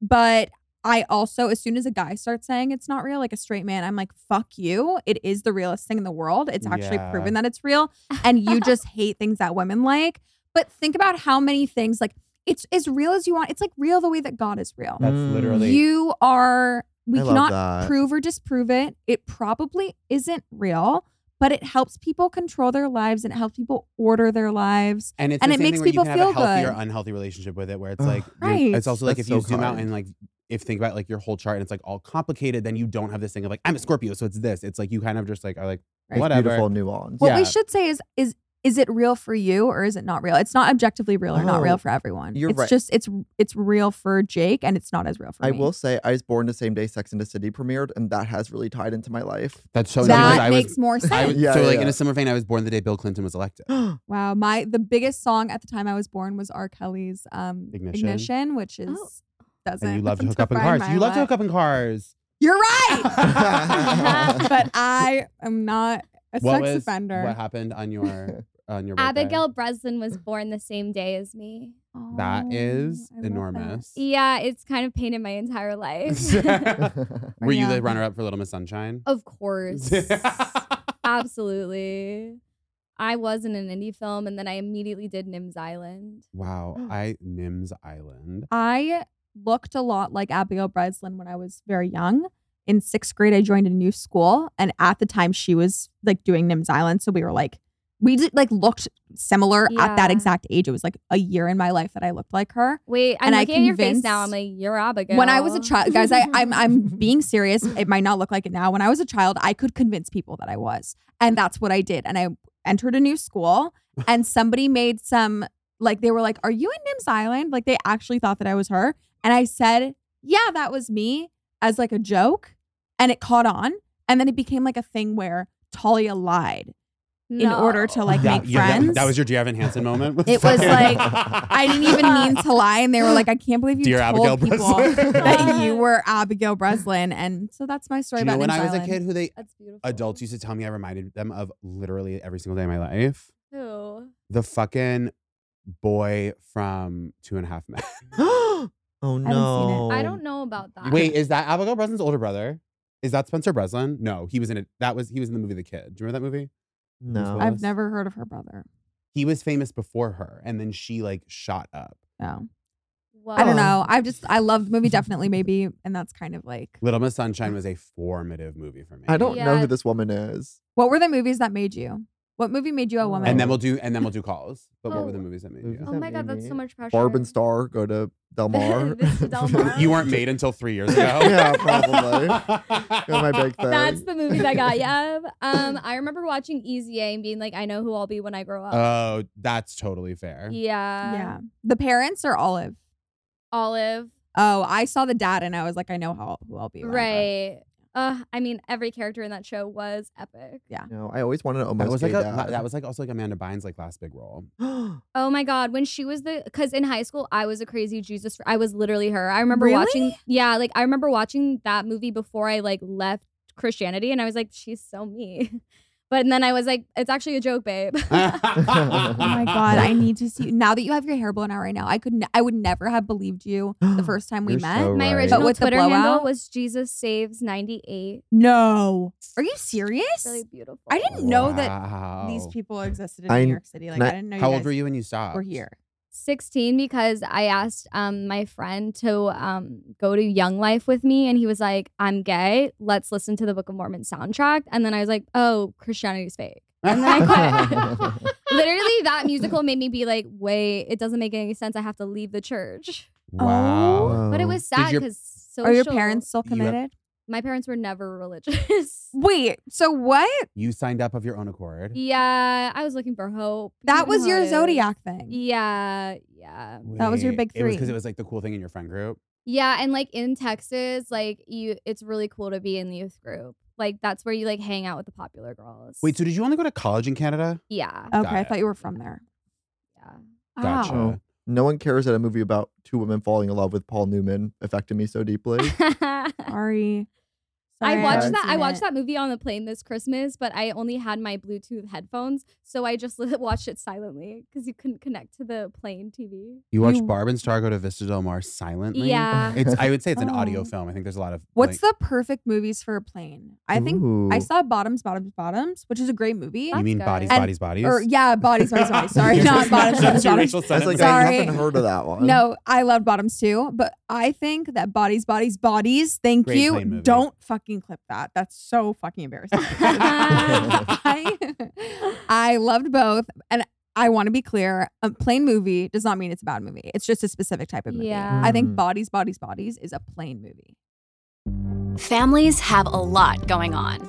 S2: but I also, as soon as a guy starts saying it's not real, like a straight man, I'm like, fuck you. It is the realest thing in the world. It's actually
S1: Yeah.
S2: proven that it's real, and you just hate things that women like. But think about how many things like. It's as real as you want. It's like real the way that God is real.
S1: That's
S4: Mm.
S1: literally
S2: You are. We
S4: I love
S2: cannot
S4: that.
S2: prove or disprove it. It probably isn't real, but it helps people control their lives and it helps people order their lives.
S1: and it's
S2: and
S1: the
S2: it
S1: same
S2: makes
S1: thing where
S2: people
S1: you can have
S2: feel
S1: a healthy
S2: good.
S1: or unhealthy relationship with it, where it's
S4: Ugh.
S1: like you're-
S2: Right.
S1: It's also like
S4: That's
S1: if you
S4: so
S1: zoom out
S4: kind.
S1: and like if think about like your whole chart and it's like all complicated, then you don't have this thing of like I'm a Scorpio, so it's this. It's like you kind of just like are like
S2: Right.
S1: whatever.
S4: Beautiful nuance.
S2: What
S1: Yeah.
S2: we should say is is is it real for you or is it not real? It's not objectively real or not
S4: Oh,
S2: real for everyone.
S4: you're
S2: it's
S4: right.
S2: just it's it's real for Jake and it's not as real for
S4: I
S2: me.
S4: will say I was born the same day Sex and the City premiered, and that has really tied into my life.
S1: That's so
S2: that
S1: nice. I
S2: makes
S1: was,
S2: more
S1: I was
S2: sense.
S4: Yeah,
S1: so
S4: yeah,
S1: like in
S4: yeah.
S1: a similar vein, I was born the day Bill Clinton was elected.
S2: wow, my the biggest song at the time I was born was R. Kelly's um,
S1: Ignition.
S2: ignition. which is
S3: Oh.
S2: doesn't.
S1: And you love to
S2: doesn't
S1: hook up in
S2: define
S1: cars.
S2: my
S1: You love to
S2: life.
S1: hook up in cars.
S2: You're right.
S4: What
S2: but I am not a
S1: what
S2: sex
S1: was
S2: offender.
S1: what happened on your on your birthday?
S3: Abigail Breslin was born the same day as me.
S1: That
S2: Oh,
S1: is
S2: I love that.
S1: enormous.
S3: Yeah, it's kind of painted my entire life.
S1: Were you
S2: Yeah.
S1: the runner up for Little Miss Sunshine?
S3: of course. Absolutely. I was in an indie film and then I immediately did Nims Island.
S1: wow, I Nims Island.
S2: I looked a lot like Abigail Breslin when I was very young. In sixth grade, I joined a new school, and at the time, she was like doing Nims Island, so we were like, we did, like looked similar at that
S3: Yeah.
S2: exact age. It was like a year in my life that I looked like her.
S3: Wait, I'm
S2: And I
S3: looking at your face now. I'm
S2: convinced-
S3: like, you're Abigail.
S2: When I was a child, guys, I, I'm I'm being serious. It might not look like it now. When I was a child, I could convince people that I was, and that's what I did. And I entered a new school, and somebody made some like they were like, "Are you in Nims Island?" Like they actually thought that I was her, and I said, "Yeah, that was me," as like a joke, and it caught on, and then it became like a thing where Talia lied in order to like
S1: That-
S2: make
S1: yeah, that-
S2: friends.
S1: That, was your Dear Evan Hansen moment.
S2: It was like- I didn't even mean to lie, and they were like, "I can't believe you
S1: Dear
S2: told
S1: Abigail
S2: people."
S1: Breslin.
S2: that you were Abigail Breslin, and so that's my
S1: Do
S2: story
S1: you
S2: about
S1: know when
S2: Nims
S1: I was a
S2: Island.
S1: kid, who they
S3: That's beautiful.
S1: adults used to tell me I reminded them of literally every single day of my life?
S3: Who?
S1: The fucking boy from Two and a Half Men.
S4: oh no!
S3: I don't know about that.
S1: Wait, is that Abigail Breslin's older brother? Is that Spencer Breslin? No, he was in it. That was he was in the movie The Kid. Do you remember that movie?
S4: No.
S1: I've-
S2: I've never heard of her brother.
S1: He was famous before her, and then she like shot up.
S2: No,
S3: Whoa.
S2: I don't
S4: Oh.
S2: know. I just I loved the movie definitely maybe, and that's kind of like
S1: Little Miss Sunshine was a formative movie for me.
S4: I don't know
S3: Yeah.
S4: who this woman is.
S2: what were the movies that made you? What movie made you a woman?
S1: Oh. And then we'll do and then we'll do calls. But what were the
S3: Oh.
S1: movies that made
S4: Movies
S3: Oh
S1: you?
S4: that
S3: my god,
S4: made
S3: that's so
S4: me-
S3: much pressure.
S4: Barb and Star go to Del Mar.
S3: This is Del Mar.
S1: You weren't made until three years ago.
S4: Yeah, probably. Got my big thing.
S3: That's the movie that got you. Um, I remember watching Easy A and being like, I know who I'll be when I grow up.
S1: Oh, that's totally fair.
S3: yeah.
S2: yeah, the parents or Olive.
S3: Olive.
S2: Oh, I saw the dad, and I was like, I know how who I'll be. when I grow up.
S3: Right. Uh, I mean, every character in that show was epic.
S4: No, I always wanted to
S1: That
S4: almost
S1: was like
S4: gay
S1: a, la-
S4: dad.
S1: that was like also like Amanda Bynes like last big role.
S3: Oh my god, when she was the cuz in high school I was a crazy Jesus fr- I was literally her. I remember
S2: Really?
S3: watching Yeah, like I remember watching that movie before I like left Christianity and I was like she's so me. But then I was like it's actually a joke, babe.
S4: Oh
S2: Oh my god, I need to see you. now that you have your hair blown out right now. I could, n- I would never have believed you the first time we
S1: You're
S2: met.
S1: so
S3: My
S1: Right.
S3: original
S2: But with the
S3: Twitter handle
S2: blowout?
S3: was Jesus saves 98.
S2: No, are you serious?
S3: Really beautiful.
S2: I didn't know that these
S1: Wow.
S2: people existed in
S4: I-
S2: New York City. Like
S4: can I-
S2: I didn't know.
S1: How
S2: you
S1: old
S2: guys
S1: were you when you stopped?
S2: Were here.
S3: 16 because I asked um, my friend to um, go to Young Life with me, and he was like, "I'm gay. Let's listen to the Book of Mormon soundtrack." And then I was like, "Oh, Christianity's fake." And then I quit. Literally, that musical made me be like, "Wait, it doesn't make any sense. I have to leave the church."
S1: Wow.
S3: But it was sad
S1: your-
S3: because
S2: Are your parents still
S1: You have-
S2: committed?
S3: My parents were never religious.
S2: Wait, so what?
S1: You signed up of your own accord.
S3: yeah, I was looking for hope. You
S2: That
S3: know
S2: was
S3: how it
S2: your
S3: is.
S2: zodiac thing.
S3: Yeah, yeah.
S2: That was your
S1: Wait,
S2: big
S1: It was because
S2: three.
S1: it was like the cool thing in your friend group.
S3: Yeah, and like in Texas, like you it's really cool to be in the youth group. Like that's where you like hang out with the popular girls.
S1: Wait, so did you only go to college in Canada?
S3: yeah.
S2: Okay, I
S1: it.
S2: thought you were from there.
S3: Yeah.
S1: Gotcha.
S2: Wow.
S4: Oh. no one cares that a movie about two women falling in love with Paul Newman affected me so deeply.
S2: Sorry.
S3: I
S2: Sorry,
S3: watched
S2: haven't
S3: that. I
S2: seen
S3: watched
S2: it.
S3: that movie on the plane this Christmas, but I only had my Bluetooth headphones, so I just li- watched it silently because you couldn't connect to the plane TV.
S1: You watched
S2: You-
S1: Barb and Star go to Vista Del Mar silently.
S3: Yeah.
S1: It's, I would say it's an
S2: Oh.
S1: audio film. I think there's a lot of
S2: What's
S1: like,
S2: the perfect movies for a plane? I think I
S4: Ooh.
S2: saw Bottoms, Bottoms, Bottoms, which is a great movie.
S3: That's
S1: You mean
S3: good.
S1: bodies,
S3: And-
S1: bodies, bodies?
S2: Or yeah, Bodies, Bodies, Bodies. Sorry,
S1: You're
S2: not
S1: just-
S2: Bottoms,
S1: that's
S2: Bottoms,
S1: your
S2: Bottoms.
S1: racial
S4: I was like,
S1: sentiments.
S4: I
S2: Sorry.
S4: haven't heard of that one.
S2: No, I love Bottoms too, but I think that Bodies, Bodies, Bodies. Thank
S1: Great
S2: you.
S1: plane movie.
S2: Don't fucking clip that. That's so fucking embarrassing. I, I loved both, and I want to be clear: a plain movie does not mean it's a bad movie. It's just a specific type of movie.
S3: Yeah.
S2: I
S1: Hmm.
S2: think
S4: Mm.
S2: Bodies, Bodies, Bodies is a plain movie.
S5: Families have a lot going on.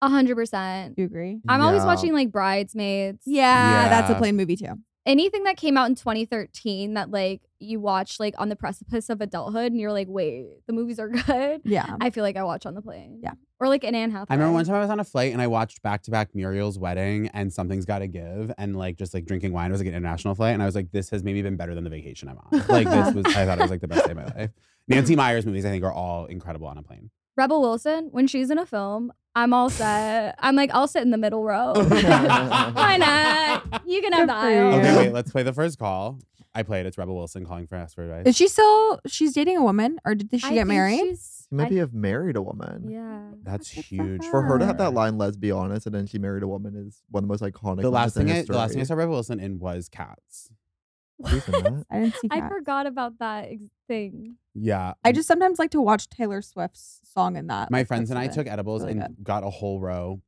S3: A hundred percent.
S2: Do you agree?
S3: I'm always
S4: Yeah.
S3: watching like Bridesmaids.
S2: Yeah, that's a
S1: Yeah.
S2: plain movie too.
S3: Anything that came out in 2013 that like you watch like on the precipice of adulthood, and you're like, wait, the movies are good.
S2: Yeah.
S3: I feel like I watch on the plane.
S2: Yeah.
S3: Or like an Anne Hathaway.
S1: I remember one time I was on a flight and I watched back to back Muriel's wedding and something's got to give and like just like drinking wine It was like an international flight and I was like this has maybe been better than the vacation I'm on like this was I thought it was like the best day of my life. Nancy Meyers movies I think are all incredible on a plane.
S3: Rebel Wilson, when she's in a film, I'm all set. I'm like, I'll sit in the middle row. Why not? You can have
S2: Good
S3: the
S2: for
S3: aisle.
S2: you.
S1: Okay,
S4: Yeah.
S1: wait, let's play the first call. I played. It's Rebel Wilson calling for us for advice.
S2: Is she still? She's dating a woman, or did, did she
S3: I
S2: get
S3: think
S2: married?
S3: she's-
S4: She might
S3: I-
S4: be have married a woman.
S3: yeah.
S1: That's
S2: Good for
S1: huge
S4: For her to have
S1: her.
S4: that line, let's be honest, and then she married a woman is one of the most iconic.
S1: the last
S4: moments in
S1: thing I, the last
S4: history.
S1: thing I saw Rebel Wilson in was Cats.
S4: She's in that.
S2: I didn't see.
S3: I
S2: that.
S3: forgot about that ex- thing.
S1: Yeah,
S2: I just sometimes like to watch Taylor Swift's song in that.
S1: my
S2: like,
S1: friends
S2: that's
S1: and I
S2: what
S1: took edibles
S2: really
S1: and got a whole row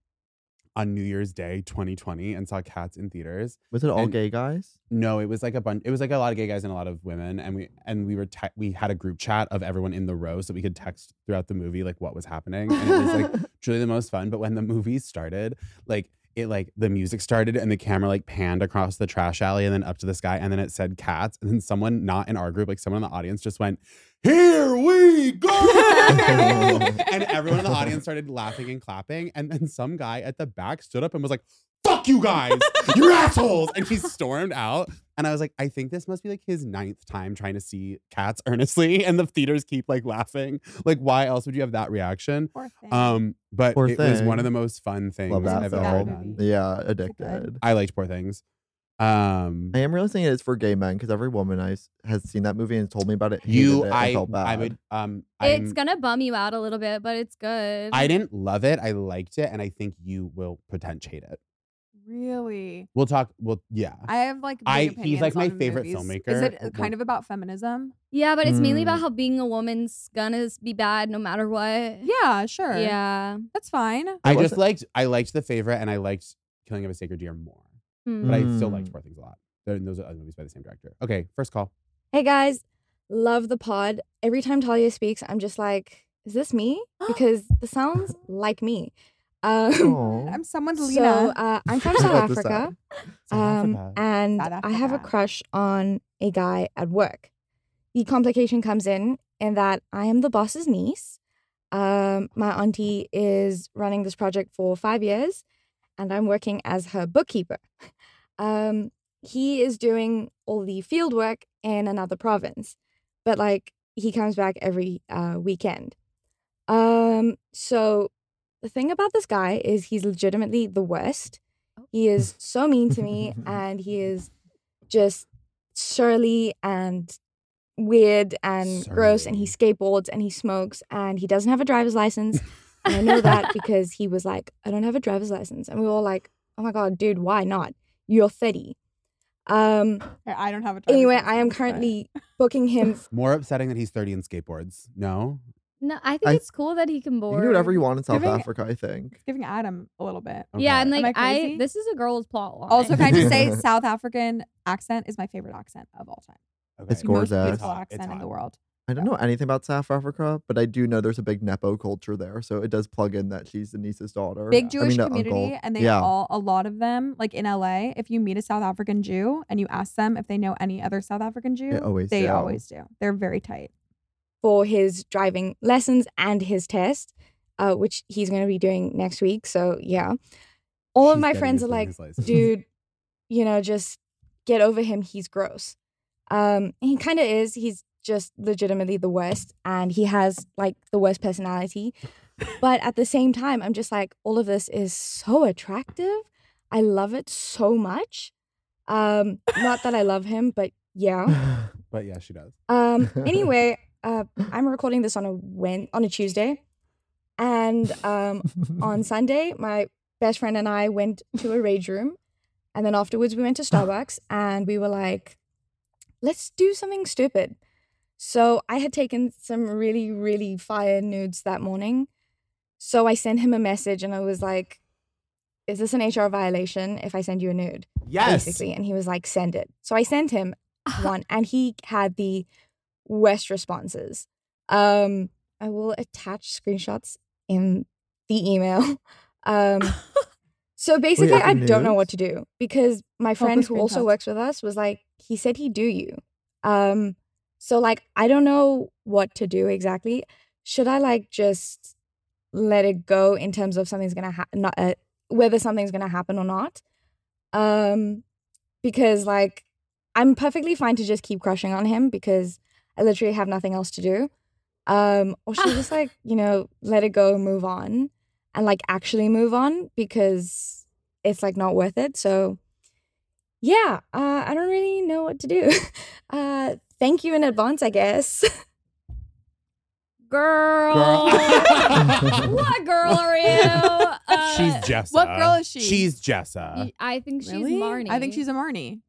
S1: on New Year's Day 2020 and saw Cats in theaters.
S4: Was it all
S1: And-
S4: gay guys?
S1: No, it was like a bunch. It was like a lot of gay guys and a lot of women, and we and we were te- we had a group chat of everyone in the row, so we could text throughout the movie like what was happening, and it was like truly the most fun. But when the movie started, like it like the music started and the camera like panned across the trash alley and then up to the sky and then it said cats and then someone not in our group like someone in the audience just went here we go and everyone in the audience started laughing and clapping and then some guy at the back stood up and was like fuck you guys you're assholes and he stormed out and i was like i think this must be like his ninth time trying to see cats earnestly and the theaters keep like laughing like why else would you have that reaction
S2: Poor thing.
S1: um, but
S4: Poor
S1: it was one of
S4: Thing.
S1: the most fun things
S4: Love that
S1: I've
S4: film.
S1: ever
S2: That
S1: done.
S2: movie.
S4: Yeah,
S2: good.
S4: addicted.
S1: I liked Poor Things. Um,
S4: I am realizing it is for gay men because every woman I s- has seen that movie and told me about it. hated
S1: you,
S4: it, and
S1: I,
S4: felt bad.
S1: I would, um,
S3: it's
S1: I'm-
S3: gonna bum you out a little bit, but it's good.
S1: I didn't love it. I liked it, and I think you will potentiate it.
S2: really,
S1: We'll talk. We'll yeah.
S2: I have like. Big
S1: I- he's,
S2: opinions
S1: like, my
S2: on
S1: favorite
S2: movies. Is
S1: filmmaker.
S2: it uh,
S1: Well-
S2: kind of about feminism?
S3: yeah, but it's mainly
S4: Mm.
S3: about how being a woman's gonna s- be bad no matter what.
S2: Yeah, sure.
S3: Yeah.
S2: that's fine.
S1: I
S4: was
S1: just
S4: it-
S1: liked. I liked the favorite, and I liked Killing of a Sacred Deer more.
S2: Hmm.
S3: Mm.
S1: But I still liked
S4: Mm.
S1: Poor Things a lot. They're- Those are other movies by the same director. Okay, first call.
S6: Hey guys, love the pod. Every time Talia speaks, I'm just like, is this me? Because the sounds like me. Um,
S4: Aw.
S2: I'm someone's
S6: so
S2: Lena.
S6: uh, I'm from
S4: I
S6: South
S4: love the
S6: Africa,
S4: sound.
S6: um, and
S2: South
S6: I have a
S2: Africa.
S6: crush on a guy at work. The complication comes in in that I am the boss's niece. Um, my auntie is running this project for five years, and I'm working as her bookkeeper. Um, he is doing all the field work in another province, but like he comes back every uh, weekend. Um, so the thing about this guy is he's legitimately the worst. He is so mean to me, and he is just surly and weird and gross, and he skateboards and he smokes, and he doesn't have a driver's license And I know that because he was like, I don't have a driver's license. And we were all like, oh my God, dude, why not? You're 30. Um,
S2: I don't have a. driver's
S6: anyway, I
S2: license,
S6: am
S2: but-
S6: currently booking him. f-
S1: More upsetting that he's 30 and skateboards. No?
S3: No, I think
S4: I-
S3: it's cool that he can
S4: You
S3: board.
S4: can do whatever you want in South
S2: Giving-
S4: Africa, I think.
S2: It's giving Adam a little bit.
S3: Yeah,
S1: Okay.
S3: and
S2: Am
S3: like
S2: I
S3: I,
S2: crazy?
S3: this is a girl's plot line.
S2: Also, can I just say, South African accent is my favorite accent of all time.
S1: Okay.
S4: It's gorgeous.
S2: Most
S1: It's
S2: beautiful
S1: hot, it's
S2: accent in the
S1: hot.
S2: world.
S4: I don't know anything about South Africa, but I do know there's a big Nepo culture there. So it does plug in that she's the niece's daughter. I
S2: Big
S4: mean,
S2: Jewish
S4: the
S2: community,
S4: uncle.
S2: and they
S4: yeah.
S2: all a lot of them, like in LA. If you meet a South African Jew and you ask them if they know any other South African Jew,
S4: always
S2: they
S4: do.
S2: always do. They're very tight.
S6: for his driving lessons and his test, uh, which he's going to be doing next week. So, yeah. All of
S1: She's
S6: my
S1: getting
S6: friends
S1: his
S6: are like,
S1: driver's license.
S6: dude, you know, just get over him. He's gross. Um, he kind of is. He's just legitimately the worst, and he has like the worst personality. But at the same time, I'm just like, all of this is so attractive. I love it so much. Um, not that I love him, but yeah.
S2: Oh.
S1: But yeah, she does.
S6: Um, anyway, uh, I'm recording this on a when on a Tuesday, and um, on Sunday, my best friend and I went to a rage room, and then afterwards we went to Starbucks and we were like, "Let's do something stupid." So I had taken some really really fire nudes that morning, so I sent him a message and I was like, "Is this an HR violation if I send you a nude?" basically. And he was like, send it. So I sent him one and he had the worst responses. Um, I will attach screenshots in the email. Um, so basically,
S4: Wait,
S6: I don't know
S4: news?
S6: what to do because my friend
S2: for
S6: who also
S2: screenshots.
S6: works with us was like, he said he do you. Um, so like, I don't know what to do exactly. Should I like just let it go in terms of something's gonna happen, not uh, whether something's gonna happen or not? Um, because like, I'm perfectly fine to just keep crushing on him because I literally have nothing else to do. Um, or should I just like, you know, let it go, move on, and like actually move on because it's like not worth it. So, yeah, uh, I don't really know what to do. Uh, thank you in advance, I guess.
S3: girl.
S1: Girl.
S3: what girl are you?
S1: She's
S3: Uh,
S1: Jessa.
S2: what girl is she?
S1: She's Jessa.
S3: I think she's
S2: Really?
S3: Marnie.
S2: I think she's a Marnie.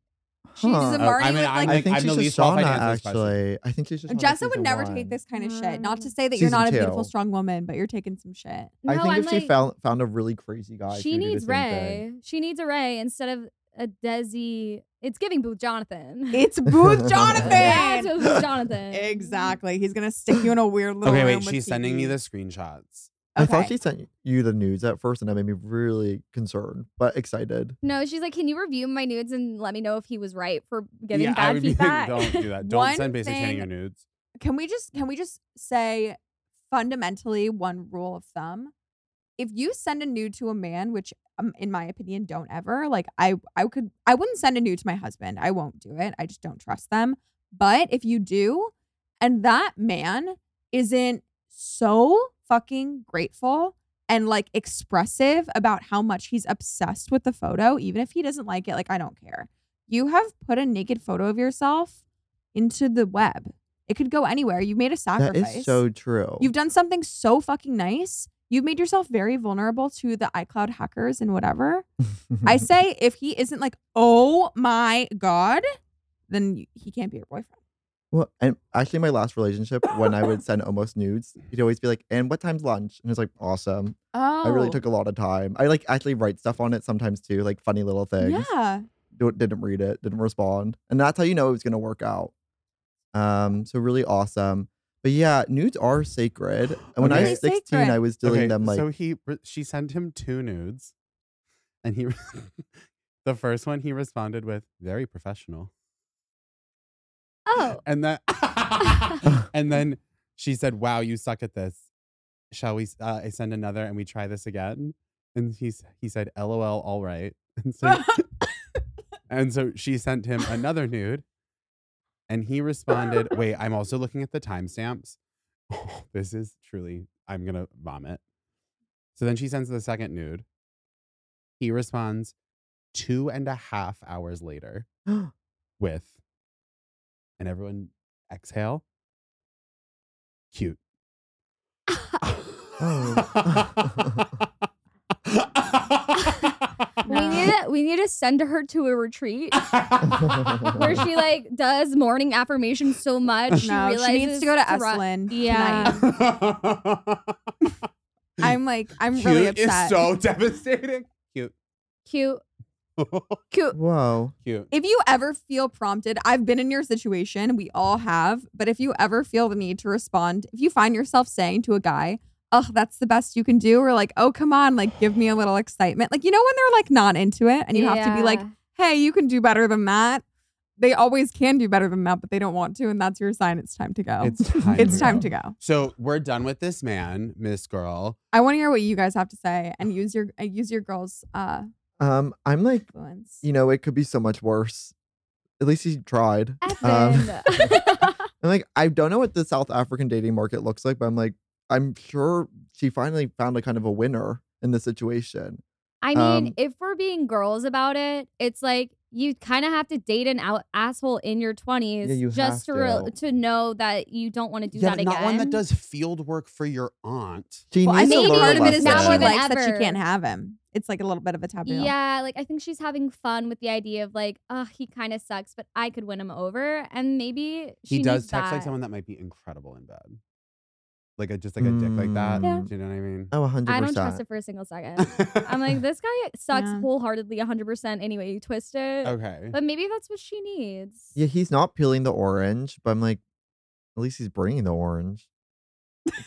S4: Huh.
S2: She's a
S4: Oh,
S2: Marnie.
S1: I mean, I'm
S2: with, like,
S4: I
S1: like-
S4: think
S1: I'm
S4: she's
S1: the
S4: just
S1: least qualified
S4: Shauna,
S1: to answer this question.
S4: actually. I think she's just Shauna
S2: Jessa would
S4: season
S2: never
S4: one.
S2: take this kind of shit. Not to
S3: Mm.
S2: say that
S4: Season
S2: you're not a
S4: two.
S2: beautiful, strong woman, but you're taking some shit.
S3: No,
S4: I think
S3: I'm
S4: if
S3: like,
S4: she found found a really crazy guy,
S3: she
S4: would do the
S3: needs
S4: same thing.
S3: Ray. She needs a Ray instead of a Desi. It's giving Booth Jonathan.
S2: It's Booth
S3: That's
S2: Jonathan.
S3: what Booth Jonathan.
S2: exactly. He's gonna stick you in a weird little.
S1: Okay, wait,
S2: room with
S1: she's sending me
S2: TVs.
S1: the screenshots.
S4: I thought
S2: Okay.
S4: she sent you the news at first, and that made me really concerned but excited.
S3: No, she's like, can you review my nudes and let me know if he was right for giving
S1: yeah, I
S3: bad
S1: would
S3: feedback?
S1: be like, don't do that. Don't
S2: One
S1: send basic training
S2: thing-
S1: your nudes.
S2: Can we just can we just say fundamentally one rule of thumb? If you send a nude to a man, which um, in my opinion don't ever, like I I could I wouldn't send a nude to my husband. I won't do it. I just don't trust them. But if you do, and that man isn't so fucking grateful and like expressive about how much he's obsessed with the photo, even if he doesn't like it, like I don't care. You have put a naked photo of yourself into the web. It could go anywhere. You've made a sacrifice.
S4: That is so true.
S2: You've done something so fucking nice. You've made yourself very vulnerable to the iCloud hackers and whatever. I say if he isn't like, oh my God, then you- he can't be your boyfriend.
S4: Well, and actually, my last relationship, when I would send almost nudes, he'd always be like, "And what time's lunch?" And it's like, "Awesome."
S2: Oh.
S4: I really took a lot of time. I like actually write stuff on it sometimes too, like funny little things.
S2: Yeah.
S4: D- didn't read it, didn't respond, and that's how you know it was gonna work out. Um, so really awesome. But yeah, nudes are sacred. And when I was
S2: Okay. Really
S4: sixteen, I
S2: sacred.
S4: was doing
S1: okay,
S4: them like
S1: so he re- she sent him two nudes, and he the first one he responded with very professional,
S3: Oh,
S1: and that and then she said, "Wow, you suck at this. Shall we? s- Uh, I send another and we try this again." And he s- he said, "LOL, all right." And so and so she sent him another nude, and he responded, "Wait, I'm also looking at the timestamps. this is truly I'm gonna vomit." So then she sends the second nude. He responds two and a half hours later with, and everyone exhale. Cute.
S3: We need to, we need to send her to a retreat where she like does morning affirmation so much.
S2: no,
S3: she,
S2: she needs to go to Esalen.
S3: Yeah.
S2: tonight. I'm like, I'm
S1: Cute
S2: really upset.
S1: is so devastating. Cute.
S3: Cute.
S2: Cute.
S4: Wow.
S1: Cute.
S2: If you ever feel prompted, I've been in your situation, we all have, but if you ever feel the need to respond, if you find yourself saying to a guy, oh, that's the best you can do, or like, oh, come on, like, give me a little excitement. Like, you know, when they're like not into it and you have to be like,
S3: Yeah.
S2: hey, you can do better than that. They always can do better than that, but they don't want to. And that's your sign. It's time to go.
S1: It's time
S2: It's
S1: to
S2: time
S1: go.
S2: to go.
S1: So we're done with this man, Miss Girl.
S2: I want to hear what you guys have to say and use your uh, use your girls' uh,
S4: Um, I'm like,
S2: influence.
S4: you know, it could be so much worse. At least he tried. Um,
S3: Evan.
S4: I'm like, I don't know what the South African dating market looks like, but I'm like, I'm sure she finally found a kind of a winner in this situation.
S3: I mean,
S4: Um,
S3: if we're being girls about it, it's like you kind of have to date an out- asshole in your 20s
S4: you
S3: just
S4: have
S3: to, re-
S4: to.
S3: to know that you don't want to do
S1: yeah,
S3: that
S1: but
S3: again.
S1: not one that does field work for your aunt.
S4: She
S2: Well, I
S4: needs
S2: think
S4: to
S3: maybe
S4: learn
S2: part
S4: a
S2: of it is
S3: now
S2: that
S4: lesson.
S2: she
S3: more than
S2: likes that she
S3: ever.
S2: can't have him. It's like a little bit of a taboo.
S3: Yeah, like I think she's having fun with the idea of like, oh, he kind of sucks, but I could win him over, and maybe she
S1: He does
S3: needs
S1: text like
S3: that.
S1: someone that might be incredible in bed. Like a just like a dick
S4: Mm.
S1: like that.
S4: Yeah.
S1: Do you know what I mean?
S4: Oh, 100%.
S3: I don't trust it for a single second. I'm like, this guy sucks
S2: Yeah.
S3: wholeheartedly, 100 percent. Anyway, you twist it,
S1: Okay.
S3: but maybe that's what she needs.
S4: Yeah, he's not peeling the orange, but I'm like, at least he's bringing the orange.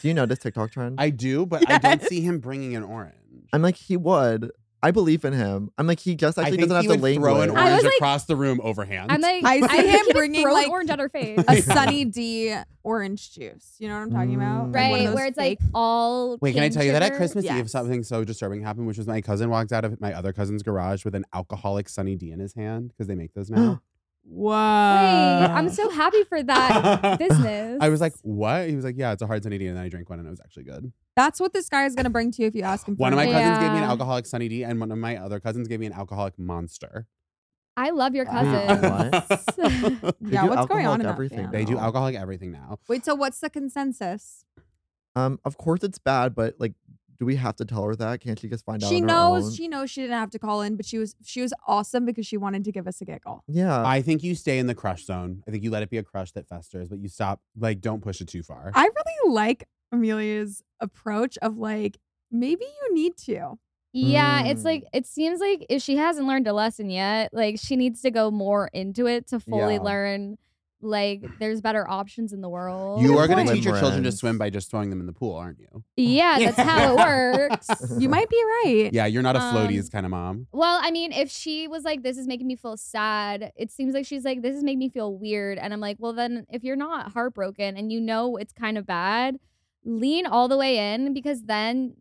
S4: Do you notice TikTok trend?
S1: I do, but I don't
S2: Yes.
S1: see him bringing an orange.
S4: I'm like, he would. I believe in him. I'm like, he just
S1: I
S4: actually
S1: think
S4: doesn't have
S1: he
S4: the
S1: would throw
S4: language.
S1: an
S3: I was
S1: orange
S3: like-
S1: across the room overhand.
S3: I'm like,
S2: I see
S3: think
S2: him
S3: he could
S2: bringing,
S3: throw an
S2: like,
S3: orange at her face.
S2: a Sunny D orange juice. You know what I'm talking about?
S4: Mm.
S2: Like one of
S3: Right,
S2: those
S3: where it's like
S2: fake-
S3: all.
S1: Wait, can I
S3: cane
S1: tell you that at
S3: sugar?
S1: Christmas Eve
S2: Yes.
S1: something so disturbing happened, which was my cousin walked out of my other cousin's garage with an alcoholic Sunny D in his hand because they make those now.
S2: whoa.
S3: Wait,
S1: Uh.
S3: I'm so happy for that business.
S1: I was like, "What?" He was like, "Yeah, it's a hard Sunny D," and then I drank one and it was actually good.
S2: That's what this guy is gonna bring to you if you ask him.
S1: One
S2: for
S1: of my
S2: it.
S3: Yeah.
S1: cousins gave me an alcoholic Sunny D, and one of my other cousins gave me an alcoholic Monster.
S3: I love your
S4: Wow.
S3: cousins.
S1: What?
S4: They
S2: Yeah,
S4: do
S2: what's going
S4: alcoholic
S2: on in that
S4: everything
S2: family?
S1: they do
S4: Wow.
S1: alcoholic everything now.
S2: Wait, so what's the consensus?
S4: Um, of course it's bad, but like, do we have to tell her that? Can't she just find out?
S2: She
S4: on her
S2: knows.
S4: own?
S2: She knows she didn't have to call in, but she was she was awesome because she wanted to give us a giggle.
S4: Yeah.
S1: I think you stay in the crush zone. I think you let it be a crush that festers, but you stop. Like, don't push it too far.
S2: I really like Amelia's approach of like maybe you need to.
S3: yeah, it's
S1: Hmm.
S4: Mm.
S3: like it seems like if she hasn't learned a lesson yet, like she needs to go more into it to fully
S4: Yeah.
S3: learn. Like there's better options in the world.
S1: you
S4: good
S1: are going
S4: point.
S1: to teach your children to
S4: Limerence.
S1: swim by just throwing them in the pool, aren't you?
S3: Yeah, that's how it works.
S2: You might be right.
S1: Yeah, you're not a floaties
S3: Um,
S1: kind of mom.
S3: Well, I mean, if she was like, "This is making me feel sad," it seems like she's like, "This is making me feel weird," and I'm like, "Well, then, if you're not heartbroken and you know it's kind of bad, lean all the way in because then,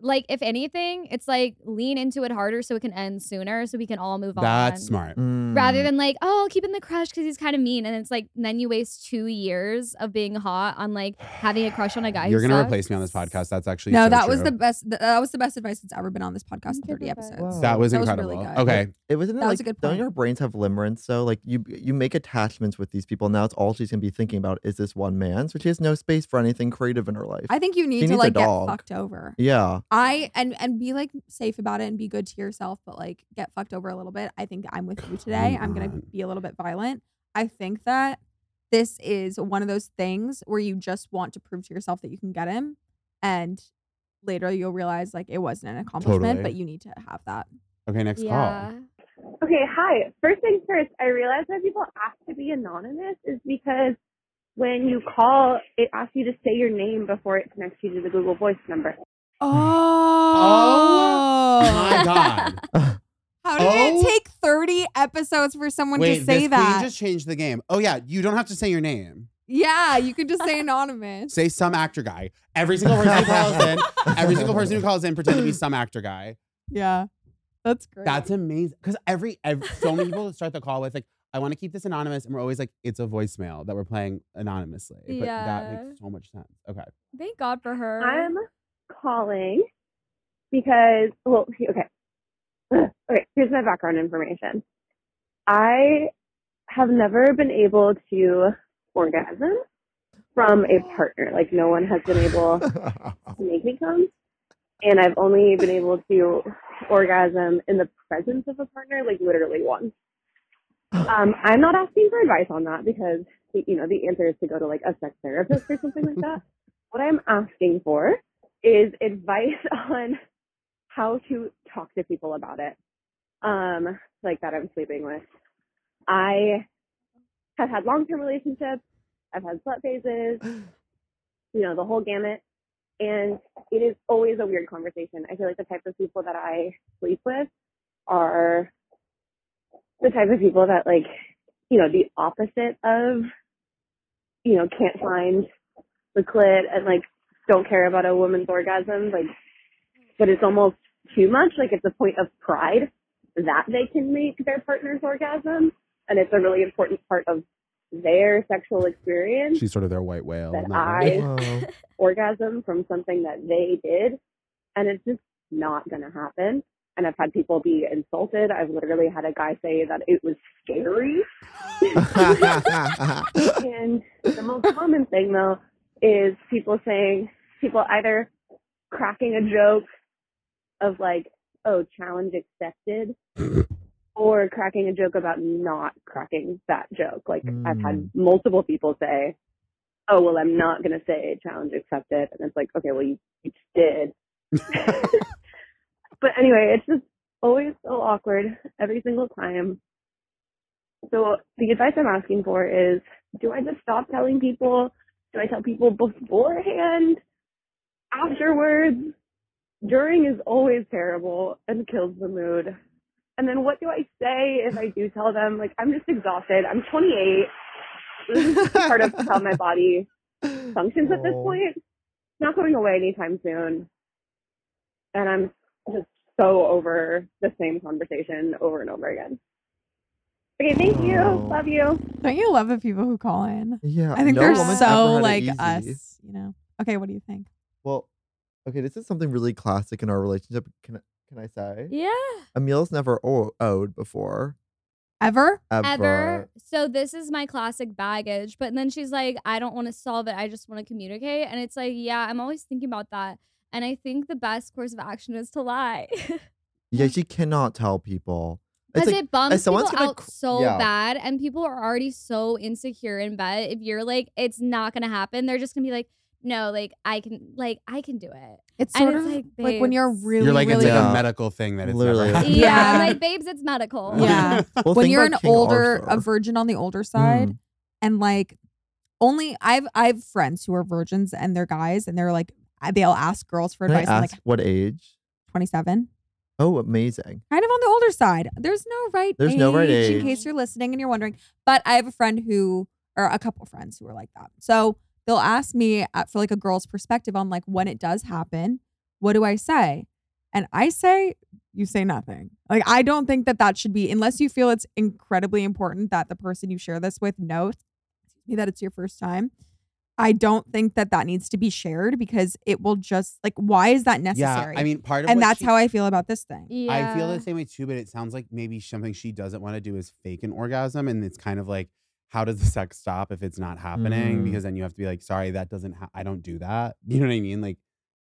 S3: like, if anything, it's like lean into it harder so it can end sooner, so we can all move on."
S1: That's smart. Mm.
S3: Rather than like, "Oh, I'll keep in the crush because he's kind of mean," and it's like then you waste two years of being hot on like having a crush on a guy. who
S1: You're gonna
S3: sucks.
S1: replace me on this podcast. That's actually
S2: No,
S1: so
S2: that was
S1: true.
S2: the best. th- That was the best advice that's ever been on this podcast in
S3: Thank you,
S2: 30
S3: Rebecca.
S2: episodes.
S4: Wow.
S1: that was
S2: That was
S1: incredible.
S2: really good.
S1: okay,
S4: It wasn't it
S2: That
S4: like
S2: was a good
S4: don't
S2: point.
S4: your brains have limerence? So like you you make attachments with these people. Now it's all she's gonna be thinking about is this one man. So she has no space for anything creative in her life.
S2: I think you need
S4: She
S2: to
S4: needs a
S2: like get
S4: dog.
S2: fucked over.
S4: yeah.
S2: I and and be like safe about it and be good to yourself, but like get fucked over a little bit. I think I'm with you today.
S1: Come
S2: I'm gonna
S1: on.
S2: be a little bit violent. I think that this is one of those things where you just want to prove to yourself that you can get him, and later you'll realize like it wasn't an accomplishment,
S1: Totally.
S2: but you need to have that.
S1: okay, next
S3: yeah.
S7: Okay, hi. First things first, I realize that people ask to be anonymous is because when you call, it asks you to say your name before it connects you to the Google Voice number.
S2: Oh,
S1: call. My God!
S2: how did
S1: Oh.
S2: it take 30 episodes for someone
S1: Wait,
S2: to
S1: this
S2: say
S1: queen
S2: that?
S1: just changed the game. Oh yeah, you don't have to say your name.
S2: yeah, you can just say anonymous.
S1: Say some actor guy. Every single person who calls in, every single person who calls in, pretend to be some actor guy.
S2: Yeah, that's great.
S1: That's amazing. Because every, ev so many people start the call with like, I want to keep this anonymous, and we're always like, it's a voicemail that we're playing anonymously. But that
S3: Yeah.
S1: makes so much sense. Okay.
S3: Thank God for her.
S7: I'm calling because, well, okay. Okay, here's my background information. I have never been able to orgasm, from a partner. Like no one has been able to make me come. And I've only been able to orgasm in the presence of a partner, like literally once. Um, I'm not asking for advice on that because, you know, the answer is to go to like a sex therapist or something like that. What I'm asking for is advice on how to talk to people about it. Um, like that I'm sleeping with. I have had long term relationships. I've had slut phases, you know, the whole gamut. And it is always a weird conversation. I feel like the type of people that I sleep with are the type of people that like, you know, the opposite of, you know, can't find the clit and like don't care about a woman's orgasm. Like, but it's almost too much. Like it's a point of pride that they can make their partner's orgasm. And it's a really important part of their sexual experience.
S1: She's sort of their white whale.
S7: That
S1: in that way.
S7: I- orgasm from something that they did and it's just not going to happen and i've had people be insulted i've literally had a guy say that it was scary
S4: Whoa.
S7: and the most common thing though is people saying people either cracking a joke of like oh challenge accepted or cracking a joke about not cracking that joke like i've had multiple people say oh well i'm not going to say challenge accepted and it's like okay well you, you just did but anyway it's just always so awkward every single time so the advice i'm asking for is do i just stop telling people do i tell people beforehand afterwards during is always terrible and kills the mood and then what do i say if i do tell them like i'm just exhausted i'm 28 this is Mm-hmm. part of how my body functions at this
S4: Oh.
S7: point. It's not going away anytime soon. And I'm just so over the same conversation over and over again. Okay, thank you.
S4: Oh.
S7: Love you.
S2: Don't you love the people who call in?
S4: Yeah,
S2: I think
S4: no
S2: they're
S4: woman's ever
S2: so
S4: had it
S2: like
S4: easy.
S2: us, you know. Okay, what do you think?
S4: Well, okay, this is something really classic in our relationship. Can I- can I say?
S3: Yeah.
S4: Emil's never o- owed before
S2: Ever?
S4: ever.
S3: Ever. So this is my classic baggage. But then she's like, I don't want to solve it. I just want to communicate. And it's like, yeah, I'm always thinking about that. And I think the best course of action is to lie.
S4: Yeah, she cannot tell people. It's
S3: Because
S4: like,
S3: it bums
S4: if
S3: people
S4: someone's gonna
S3: out
S4: cr-
S3: so
S4: yeah.
S3: bad, and people are already so insecure in bed. If you're like, it's not gonna happen. They're just gonna be like, no, like I can, like I can do it.
S2: It's
S3: And
S2: sort
S3: it's
S2: of like,
S3: like,
S2: when
S3: babes.
S2: you're
S3: You're
S2: really,
S1: You're like
S2: really
S1: it's like
S4: Yeah.
S1: a medical thing that it's
S4: Literally.
S1: never happened.
S3: Yeah,
S2: Yeah.
S3: I'm like babes, it's medical.
S2: Yeah.
S4: Well,
S2: when
S4: think
S2: you're an
S4: about King
S2: older a
S4: Arthur.
S2: virgin on the older side
S4: Mm.
S2: and like only I've I've friends who are virgins and they're guys and they're like they'll ask girls for
S4: Can I
S2: advice I'm
S4: ask
S2: like
S4: what age?
S2: 27
S4: Oh, amazing.
S2: kind of on the older side there's no right
S4: There's no right
S2: in
S4: age.
S2: case you're listening and you're wondering but I have a friend who or a couple friends who are like that so they'll ask me at, for like a girl's perspective on like when it does happen what do I say and I say you say nothing. Like I don't think that that should be unless you feel it's incredibly important that the person you share this with knows excuse me, that it's your first time. I don't think that that needs to be shared because it will just like why is that necessary?
S1: Yeah, I mean, part of
S2: and
S1: what
S2: that's
S1: she-
S2: how I feel about this thing.
S3: yeah.
S1: I feel the same way too, but it sounds like maybe something she doesn't want to do is fake an orgasm. And it's kind of like, how does the sex stop if it's not happening?
S4: Mm.
S1: Because then you have to be like, sorry, that doesn't, ha- I don't do that. You know what I mean? Like,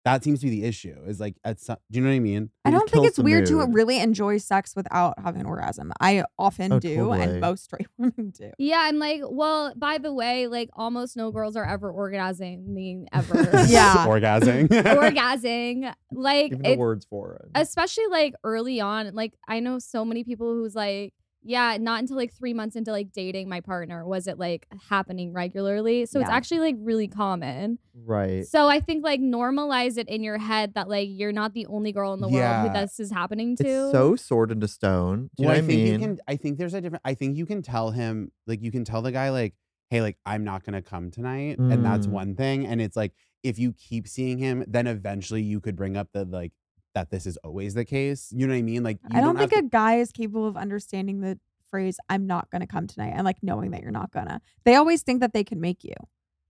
S1: that seems to be the issue is like, at some, do you know what I mean?
S2: I
S4: It
S2: don't think
S4: kills
S2: it's
S4: the
S2: weird to
S4: mood.
S2: really enjoy sex without having an orgasm. I often
S4: Oh,
S2: do,
S4: totally.
S2: and most straight women do.
S3: Yeah, I'm like, well, by the way, like almost no girls are ever orgasming ever.
S2: Yeah.
S1: Orgasming.
S3: Orgasming. Like
S4: Even the
S3: it,
S4: words for it.
S3: especially like early on, like I know so many people who's like, yeah, not until like three months into like dating my partner was it like happening regularly. So it's
S1: Yeah.
S3: actually like really common.
S4: right.
S3: So I think like normalize it in your head that like you're not the only girl in the world
S1: Yeah.
S3: who this is happening to.
S4: It's so sword into stone. Do you
S1: well,
S4: know
S1: I
S4: what I
S1: think
S4: mean?
S1: you can. I think there's a different. I think you can tell him, like, you can tell the guy, like, hey, like, I'm not gonna come tonight, and that's
S4: Mm.
S1: one thing. And it's like, if you keep seeing him, then eventually you could bring up the like that this is always the case. You know what I mean? Like, you
S2: I don't
S1: have
S2: think a guy is capable of understanding the phrase "I'm not gonna come tonight" and like knowing that you're not gonna. They always think that they can make you.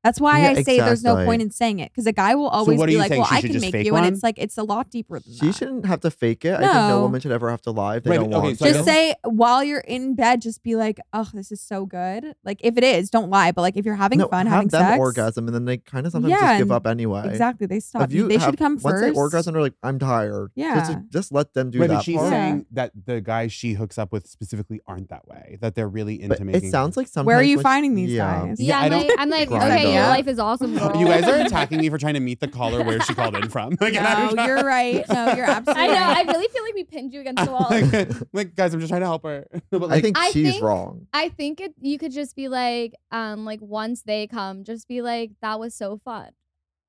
S2: That's why
S4: Yeah,
S2: I say there's no
S4: exactly.
S2: point in saying it because a guy will always
S1: what are
S2: be
S1: you
S2: like,
S1: saying?
S2: "Well,
S1: She
S2: I
S1: should
S2: can
S1: just
S2: make
S1: fake
S2: you,"
S1: one?
S2: and it's like it's a lot deeper than
S4: She
S2: that.
S4: shouldn't have to fake it. I think no
S2: No.
S4: woman should ever have to lie if they
S1: Right,
S4: don't
S1: but- okay,
S4: want
S1: so I
S4: to.
S1: don't-
S2: just say while you're in bed, just be like, "Oh, this is so good." Like if it is, don't lie. But like if you're having
S4: no,
S2: fun,
S4: have
S2: having
S4: them
S2: sex,
S4: orgasm, and then they kind of sometimes
S2: Yeah,
S4: just give
S2: and-
S4: up anyway.
S2: exactly, they stop.
S4: If you
S2: they
S4: have-
S2: should come
S4: Once
S2: first.
S4: they orgasm, they're like, "I'm tired." So it's like,
S2: Yeah.
S4: just let them do
S1: Right,
S4: that.
S1: but she's
S4: part.
S2: Yeah.
S1: saying that the guys she hooks up with specifically aren't that way. That they're really into
S4: But
S1: making.
S4: it sounds like sometimes
S2: Where are you
S4: when-
S2: finding these
S4: yeah.
S2: guys?
S1: Yeah,
S3: Yeah,
S1: I
S3: I'm
S1: don't-
S3: like, I'm like,
S4: Grind
S3: okay, your
S4: up.
S3: life is awesome, girl.
S1: you guys are attacking me for trying to meet the caller where she called in from. Like, and I'm
S2: No,
S1: trying-
S2: you're right. No, you're absolutely.
S3: I know. I
S2: right.
S3: really feel like we pinned you against the wall.
S1: like, like, guys, I'm just trying to help her. But like,
S4: I think
S3: I
S4: she's
S3: think-
S4: wrong.
S3: I think it, you could just be like, um, like once they come, just be like, that was so fun.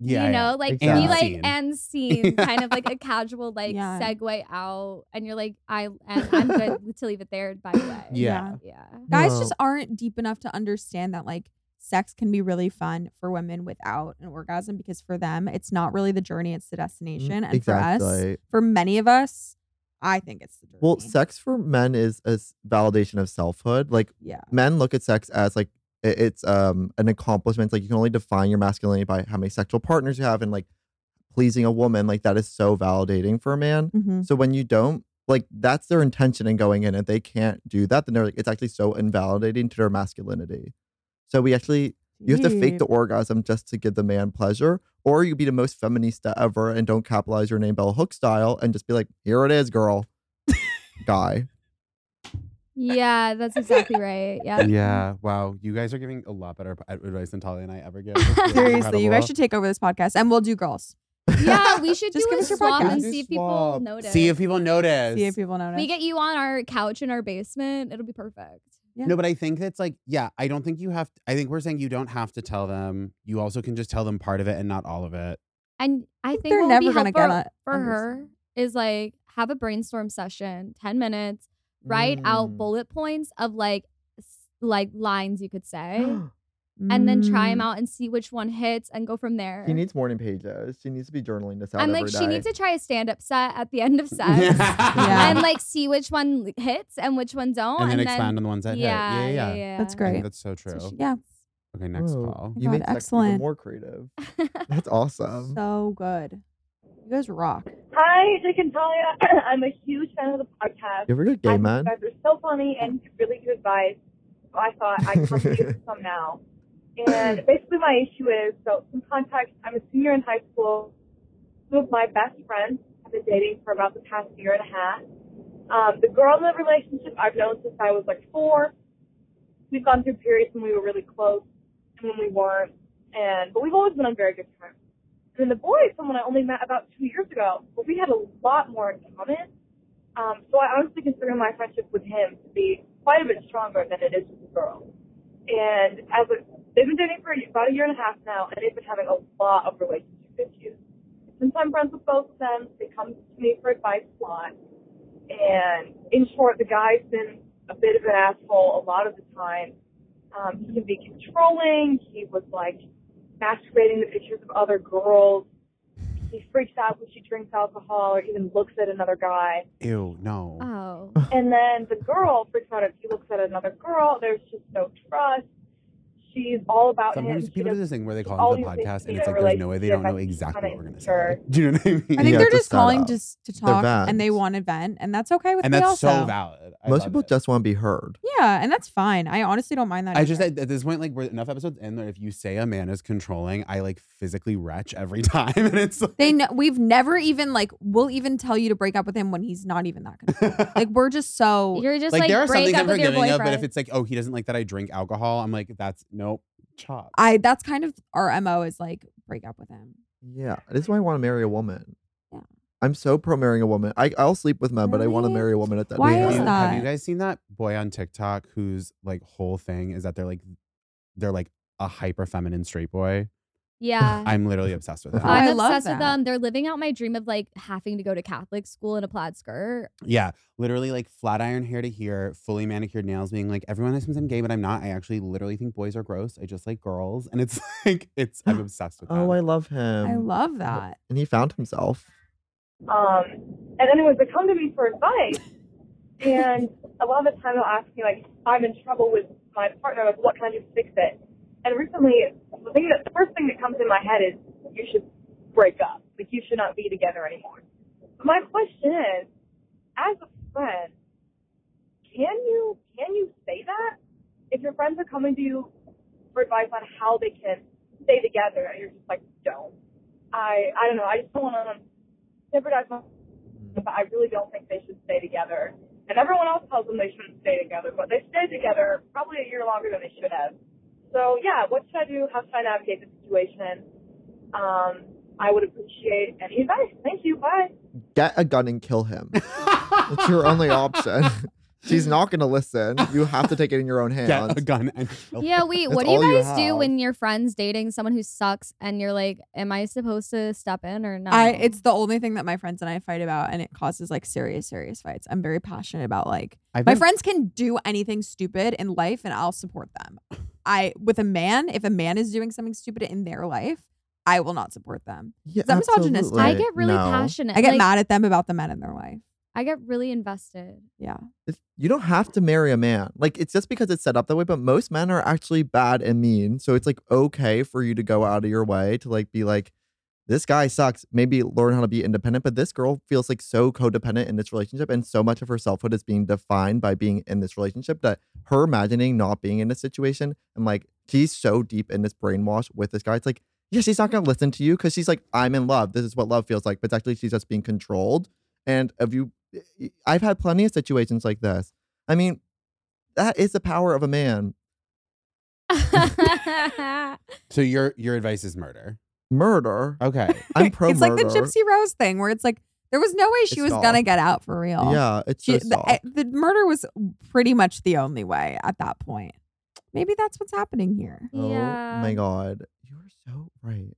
S1: yeah,
S3: you
S1: yeah.
S3: know, like
S4: exactly.
S3: be like
S1: Scene.
S3: and scene, kind of like a casual like
S2: Yeah.
S3: segue out, and you're like, I and I'm good to leave it there. By the way,
S1: Yeah.
S3: yeah.
S2: Guys
S4: No.
S2: just aren't deep enough to understand that like sex can be really fun for women without an orgasm because for them it's not really the journey, it's the destination. And for us,
S4: Mm, exactly.
S2: for many of us, I think it's the journey.
S4: Well, sex for men is a s- validation of selfhood. Like
S2: Yeah.
S4: men look at sex as like i- it's um an accomplishment. It's like you can only define your masculinity by how many sexual partners you have and like pleasing a woman. Like that is so validating for a man.
S2: Mhm.
S4: So when you don't like that's their intention in going in. If they can't do that, then they're like it's actually so invalidating to their masculinity. So we actually you have to fake the
S2: Deep.
S4: orgasm just to give the man pleasure, or you be the most feminista ever and don't capitalize your name bell hook style and just be like, here it is, girl. Guy.
S3: Yeah, that's exactly right. Yeah.
S1: yeah. Wow. You guys are giving a lot better p- advice than Tali and I ever give. This is
S2: Seriously, you
S1: incredible.
S2: guys should take over this podcast and we'll do girls.
S3: Yeah, we should
S2: Just
S3: do
S2: give
S3: a
S2: us your
S3: swap
S2: podcast.
S3: and
S1: Do
S3: see if people
S1: swap.
S3: notice.
S1: See if people notice.
S2: See if people notice.
S3: we get you on our couch in our basement, it'll be perfect.
S2: Yeah.
S1: No, but I think that's like, yeah, I don't think you have. I think we're saying you don't have to tell them. You also can just tell them part of it and not all of it.
S3: And I think
S2: they're
S3: what would be
S2: never gonna
S3: helpful
S2: get on-
S3: for her
S2: understand.
S3: is like have a brainstorm session, ten minutes, write out
S4: Mm.
S3: bullet points of like s- like lines you could say, and then try them
S2: Mm.
S3: out and see which one hits and go from there.
S4: She needs morning pages. She needs to be journaling this out.
S3: and like
S4: every
S3: she
S4: day.
S3: needs to try a stand up set at the end of sex
S2: Yeah.
S3: and like see which one hits and which one don't,
S1: and then expand on the ones that hit.
S3: yeah,
S1: Yeah, yeah, yeah.
S2: That's
S1: I think
S2: great.
S1: That's so
S3: That's
S1: true.
S3: what she
S2: Yeah.
S3: needs.
S1: Okay, next
S4: Whoa,
S1: call.
S4: You
S2: Oh, God,
S4: made sex even
S2: excellent.
S4: more creative. That's awesome.
S2: So good. You guys rock.
S8: Hi, Jake and Talia. I'm a huge fan of the podcast.
S4: you ever get gay
S8: I
S4: man?
S8: think You guys are so funny and really good advice. I thought I come to you some now. And basically, my issue is so, some context I'm a senior in high school. Two of my best friends have been dating for about the past year and a half. Um, the girl in the relationship I've known since I was like four. We've gone through periods when we were really close and when we weren't. And but we've always been on very good terms. And then the boy is someone I only met about two years ago, but we had a lot more in common. Um, so I honestly consider my friendship with him to be quite a bit stronger than it is with the girl. And as a, they've been dating for about a year and a half now, and they've been having a lot of relationship issues. Since I'm friends with both of them, they come to me for advice a lot. And in short, the guy's been a bit of an asshole a lot of the time. Um, he can be controlling. He was like masturbating to pictures of other girls. He freaks out when she drinks alcohol or even looks at another guy.
S1: Ew, no.
S8: Uh,
S3: Oh.
S8: And then the girl freaks out if he looks at another girl. There's just no trust. She's all about him.
S1: Sometimes
S8: She
S1: people do
S8: doesn't-
S1: this thing where they
S8: all
S1: call into the
S8: these things
S1: podcast
S8: be
S1: and it's
S8: in
S1: like
S8: a
S1: there's no way they don't know
S8: relationship, I'm
S1: exactly
S8: kinda
S1: what we're gonna say.
S8: insecure.
S1: Do you know what I mean?
S2: I think
S4: Yeah,
S2: they're
S4: it's a
S2: just calling
S4: setup.
S2: just to
S4: They're
S2: talk and they
S4: vans.
S2: want to vent and that's okay with
S1: and
S2: me
S1: that's so
S2: also.
S1: valid. I
S4: Most
S1: love
S4: people
S1: it.
S4: just want to be heard.
S2: Yeah, and that's fine. I honestly don't mind that.
S1: I just
S2: either.
S1: at, at this point, like we're enough episodes in that if you say a man is controlling, I like physically retch every time, and it's like,
S2: they know, we've never even like we'll even tell you to break up with him when he's not even that good. like we're just so
S3: You're just
S1: like,
S3: like,
S1: there are some
S3: break
S1: things
S3: up
S1: I'm
S3: with your
S1: forgiving
S3: boyfriend.
S1: of, but if it's like oh he doesn't like that I drink alcohol, I'm like that's nope chop.
S2: I that's kind of our MO is like break up with him.
S4: Yeah. This is why I want to marry a woman.
S2: Yeah.
S4: I'm so pro marrying a woman. I, I'll sleep with men, but I want to
S2: Really?
S4: marry a woman at that
S2: Why
S4: point.
S2: is
S1: have,
S2: that?
S1: have you guys seen that boy on TikTok whose like whole thing is that they're like they're like a hyper feminine straight boy?
S3: yeah.
S1: I'm literally obsessed with that.
S2: I
S3: I'm
S2: love
S3: obsessed with
S2: that.
S3: them. They're living out my dream of like having to go to Catholic school in a plaid skirt.
S1: Yeah, literally like flat iron hair to here, fully manicured nails, being like, everyone assumes I'm gay, but I'm not. I actually literally think boys are gross. I just like girls. And it's like, it's, I'm obsessed with that.
S4: Oh, I love him.
S2: I love that.
S4: and he found himself.
S8: Um, and anyways, they come to me for advice, and a lot of the time they'll ask me like, "I'm in trouble with my partner. Like, what can I do to fix it?" And recently,
S7: the, thing that, the first thing that comes in my head is you should break up. Like you should not be together anymore. My question is, as a friend, can you can you say that if your friends are coming to you for advice on how they can stay together and you're just like, don't. I I don't know. I just don't want to jeopardize my. But I really don't think they should stay together. And everyone else tells them they shouldn't stay together, but they stayed together probably a year longer than they should have. So yeah, what should I do? How should I navigate the situation? Um, I would appreciate any advice. Thank you. Bye.
S4: Get a gun and kill him. It's your only option. She's not going to listen. You have to take it in your own hands.
S1: Get a gun and kill
S3: Yeah, wait.
S4: That's
S3: What do you
S4: all you
S3: guys do
S4: have.
S3: when your friend's dating someone who sucks and you're like, am I supposed to step in or not?
S2: I it's the only thing that my friends and I fight about, and it causes like serious, serious fights. I'm very passionate about like
S1: I've
S2: my
S1: been-
S2: friends can do anything stupid in life, and I'll support them. I with a man, if a man is doing something stupid in their life, I will not support them.
S4: Yeah,
S2: Is that misogynistic?
S4: absolutely.
S3: I get really
S4: No.
S3: passionate.
S2: I get
S3: Like,
S2: mad at them about the men in their life.
S3: I get really invested.
S2: Yeah,
S4: If- You don't have to marry a man. Like, it's just because it's set up that way, but most men are actually bad and mean. So it's like okay for you to go out of your way to like be like, this guy sucks. Maybe learn how to be independent, but this girl feels like so codependent in this relationship, and so much of her selfhood is being defined by being in this relationship that her imagining not being in this situation and like she's so deep in this brainwash with this guy. It's like, yeah, she's not gonna listen to you because she's like, I'm in love. This is what love feels like. But actually, she's just being controlled. And if you, eh, I've had plenty of situations like this. I mean, that is the power of a man.
S1: So your your advice is murder.
S4: Murder.
S1: Okay.
S4: I'm pro
S2: it's like the Gypsy Rose thing, where it's like there was no way she
S4: It's
S2: was
S4: soft.
S2: gonna get out for real.
S4: Yeah, it's
S2: She-
S4: so
S2: the, eh,
S4: soft.
S2: the murder was pretty much the only way at that point. Maybe that's what's happening here.
S4: Oh
S3: yeah.
S4: my god, you are so right.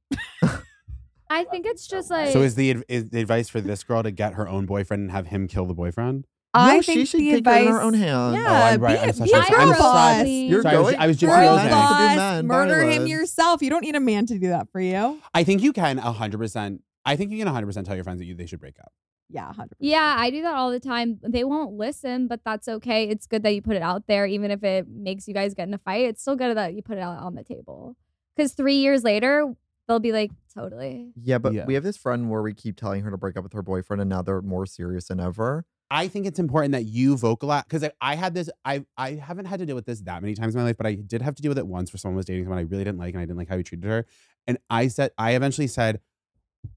S3: I think it's just like.
S1: so is the ad- is the advice for this girl to get her own boyfriend and have him kill the boyfriend?
S2: I
S4: no,
S2: think
S4: she should
S2: the
S4: get
S2: advice.
S4: it in her own hands.
S1: Oh,
S2: Yeah,
S1: I'm right.
S2: be,
S1: I'm
S2: a-
S1: so
S2: be a
S1: sorry.
S2: girl
S1: I'm
S2: boss.
S3: sorry.
S4: You're
S1: Sorry, I was-
S4: going.
S1: I was
S4: for
S1: Gypsy
S2: Girl
S1: Rose
S4: men.
S1: Rose.
S4: To do
S2: boss.
S4: men,
S2: Murder him
S4: violence.
S2: yourself. You don't need a man to do that for you.
S1: I think you can 100%. I think you can 100% tell your friends that you they should break up.
S2: Yeah, 100%.
S3: Yeah, I do that all the time. They won't listen, but that's okay. It's good that you put it out there, even if it makes you guys get in a fight. It's still good that you put it out on the table. Because three years later, they'll be like, totally.
S4: Yeah, but
S1: Yeah.
S4: we have this friend where we keep telling her to break up with her boyfriend, and now they're more serious than ever.
S1: I think it's important that you vocalize because I, I had this. I I haven't had to deal with this that many times in my life, but I did have to deal with it once for someone who was dating someone I really didn't like, and I didn't like how he treated her. And I said, I eventually said,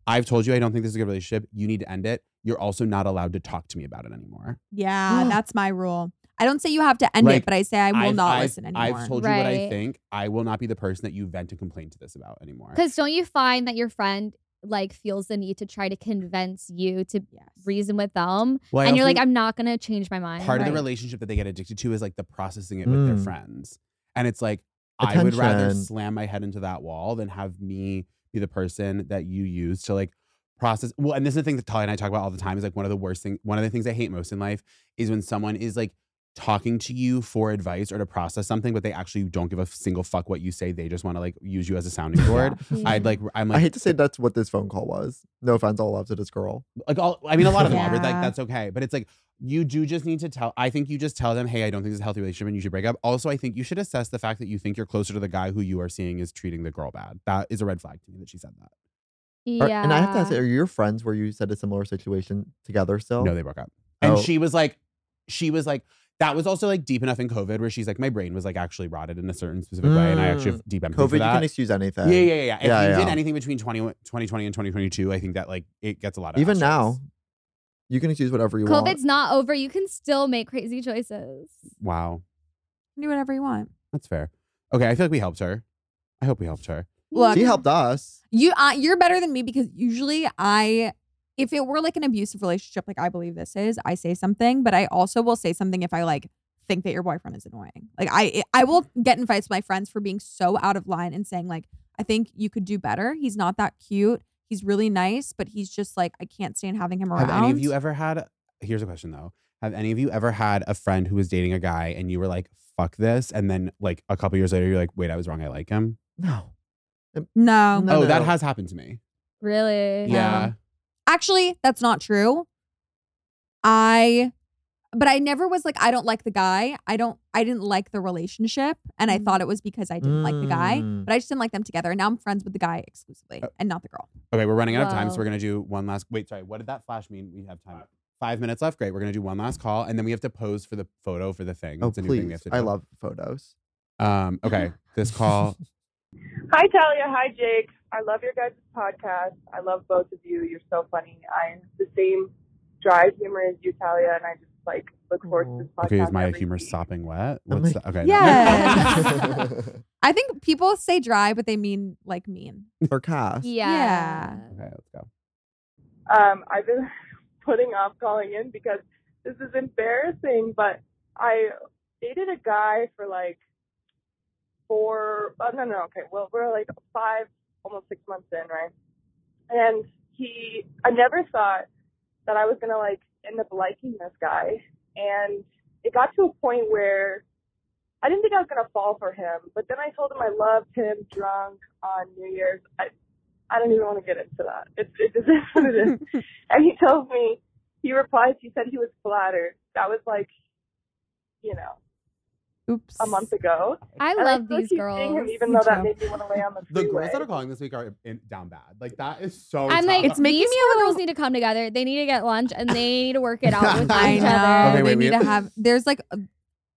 S1: I've told you I don't think this is a good relationship. You need to end it. You're also not allowed to talk to me about it anymore.
S2: Yeah, that's my rule. I don't say you have to end it,
S1: Like,
S2: but I say I will
S1: I've-
S2: not
S1: I've-
S2: listen anymore.
S1: I've told you what I
S3: Right.
S1: think. I will not be the person that you vent and complain to this about anymore.
S3: Because don't you find that your friend like feels the need to try to convince you to
S2: yes.
S3: reason with them?
S1: Well, I
S3: and you're
S1: also-
S3: like, I'm not going to change my mind.
S1: part of the
S2: Right.
S1: relationship that they get addicted to is like the processing it with their
S4: Mm.
S1: friends. And it's like, I would rather
S4: Attention.
S1: slam my head into that wall than have me be the person that you use to like process. Well, and this is the thing that Talia and I talk about all the time is like one of the worst thing, one of the things I hate most in life is when someone is like talking to you for advice or to process something, but they actually don't give a single fuck what you say. They just want to like use you as a sounding board. I'd like, I'm like,
S4: I hate to say that's what this phone call was. No offense, all love to this girl.
S1: like all I mean a lot of them are, but like
S2: Yeah.
S1: that's okay. But it's like you do just need to tell I think you just tell them, hey, I don't think this is a healthy relationship and you should break up. Also, I think you should assess the fact that you think you're closer to the guy who you are seeing is treating the girl bad. That is a red flag to me that she said that.
S3: yeah.
S4: Are- and I have to ask, are your friends where you said a similar situation together still?
S1: No, they broke up. And
S4: Oh.
S1: she was like, she was like, that was also like deep enough in COVID where she's like, my brain was like actually rotted in a certain specific way. And I actually have deep empathy
S4: Mm. COVID,
S1: for
S4: you
S1: that.
S4: can excuse anything.
S1: yeah, yeah, yeah, yeah. If
S4: Yeah,
S1: you did
S4: yeah.
S1: anything between 20, 2020 and 2022, I think that like it gets a lot of
S4: Even
S1: asterisks.
S4: now, you can excuse whatever you want.
S3: COVID's not over. You can still make crazy choices.
S1: Wow.
S2: do whatever you want.
S1: That's fair. Okay, I feel like we helped her. I hope we helped her.
S2: Look,
S4: She helped us.
S2: You, uh, you're better than me because usually I, if it were like an abusive relationship, like I believe this is, I say something, but I also will say something if I like think that your boyfriend is annoying. Like I, I will
S1: Mm-hmm.
S2: get in fights with my friends for being so out of line and saying like, I think you could do better. He's not that cute. He's really nice, but he's just like I can't stand having him around.
S1: Have any of you ever had? Here's a question though. Have any of you ever had a friend who was dating a guy and you were like, "Fuck this," and then like a couple years later you're like, "Wait, I was wrong. I like him."
S4: No.
S2: no.
S4: No,
S1: oh, that
S4: no.
S1: has happened to me.
S3: Really?
S1: Yeah.
S2: Actually, that's not true. I but I never was like, I don't like the guy. I don't, I didn't like the relationship. And I
S3: Mm.
S2: thought it was because I didn't like the guy,
S4: Mm.
S2: but I just didn't like them together. And now I'm friends with the guy exclusively
S1: Oh.
S2: and not the girl.
S1: Okay, we're running out of time, so
S3: Wow.
S1: we're gonna do one last. Wait, sorry. What did that flash mean? We have time. Five minutes left. Great. We're gonna do one last call, and then we have to pose for the photo for the thing.
S4: Oh,
S1: It's a new thing we
S4: please.
S1: have to
S4: I
S1: do.
S4: love photos.
S1: Um. Okay. This call.
S9: Hi, Talia. Hi, Jake. I love your guys' podcast. I love both of you. You're so funny. I am the same dry humor as you, Talia, and I just like look forward to this podcast.
S1: Okay. Is my
S9: every
S1: humor
S9: week.
S1: sopping wet?
S4: I'm
S1: What's
S4: like-
S1: the, okay? no.
S2: Yeah. I think people say dry, but they mean like mean.
S4: or cast.
S3: Yeah.
S1: Okay. Let's go.
S9: Um, I've been putting off calling in because this is embarrassing, but I dated a guy for like four, oh, no, no, okay. Well, we're like five, almost six months in, right? And he, I never thought that I was going to like end up liking this guy. And it got to a point where I didn't think I was going to fall for him, but then I told him I loved him drunk on New Year's. I, I don't even want to get into that. It's it is what it is. and he told me, he replied, he said he was flattered. That was like, you know,
S2: Oops.
S9: a month ago.
S3: I
S9: And
S3: love
S9: still
S3: these
S9: keep seeing him,
S3: girls.
S9: even
S2: Me
S9: though that
S2: too.
S9: made me want to lay on the
S1: The
S9: freeway.
S1: girls that are calling this week are in, down bad. Like that is so.
S3: I'm like,
S1: tough.
S2: It's making
S3: these
S2: me a
S3: four
S2: little-
S3: girls need to come together. They need to get lunch and they need to work it out with
S2: I
S3: each
S2: know.
S3: other.
S1: Okay,
S2: they
S1: wait, we
S2: need
S1: have-
S2: to have. There's like a-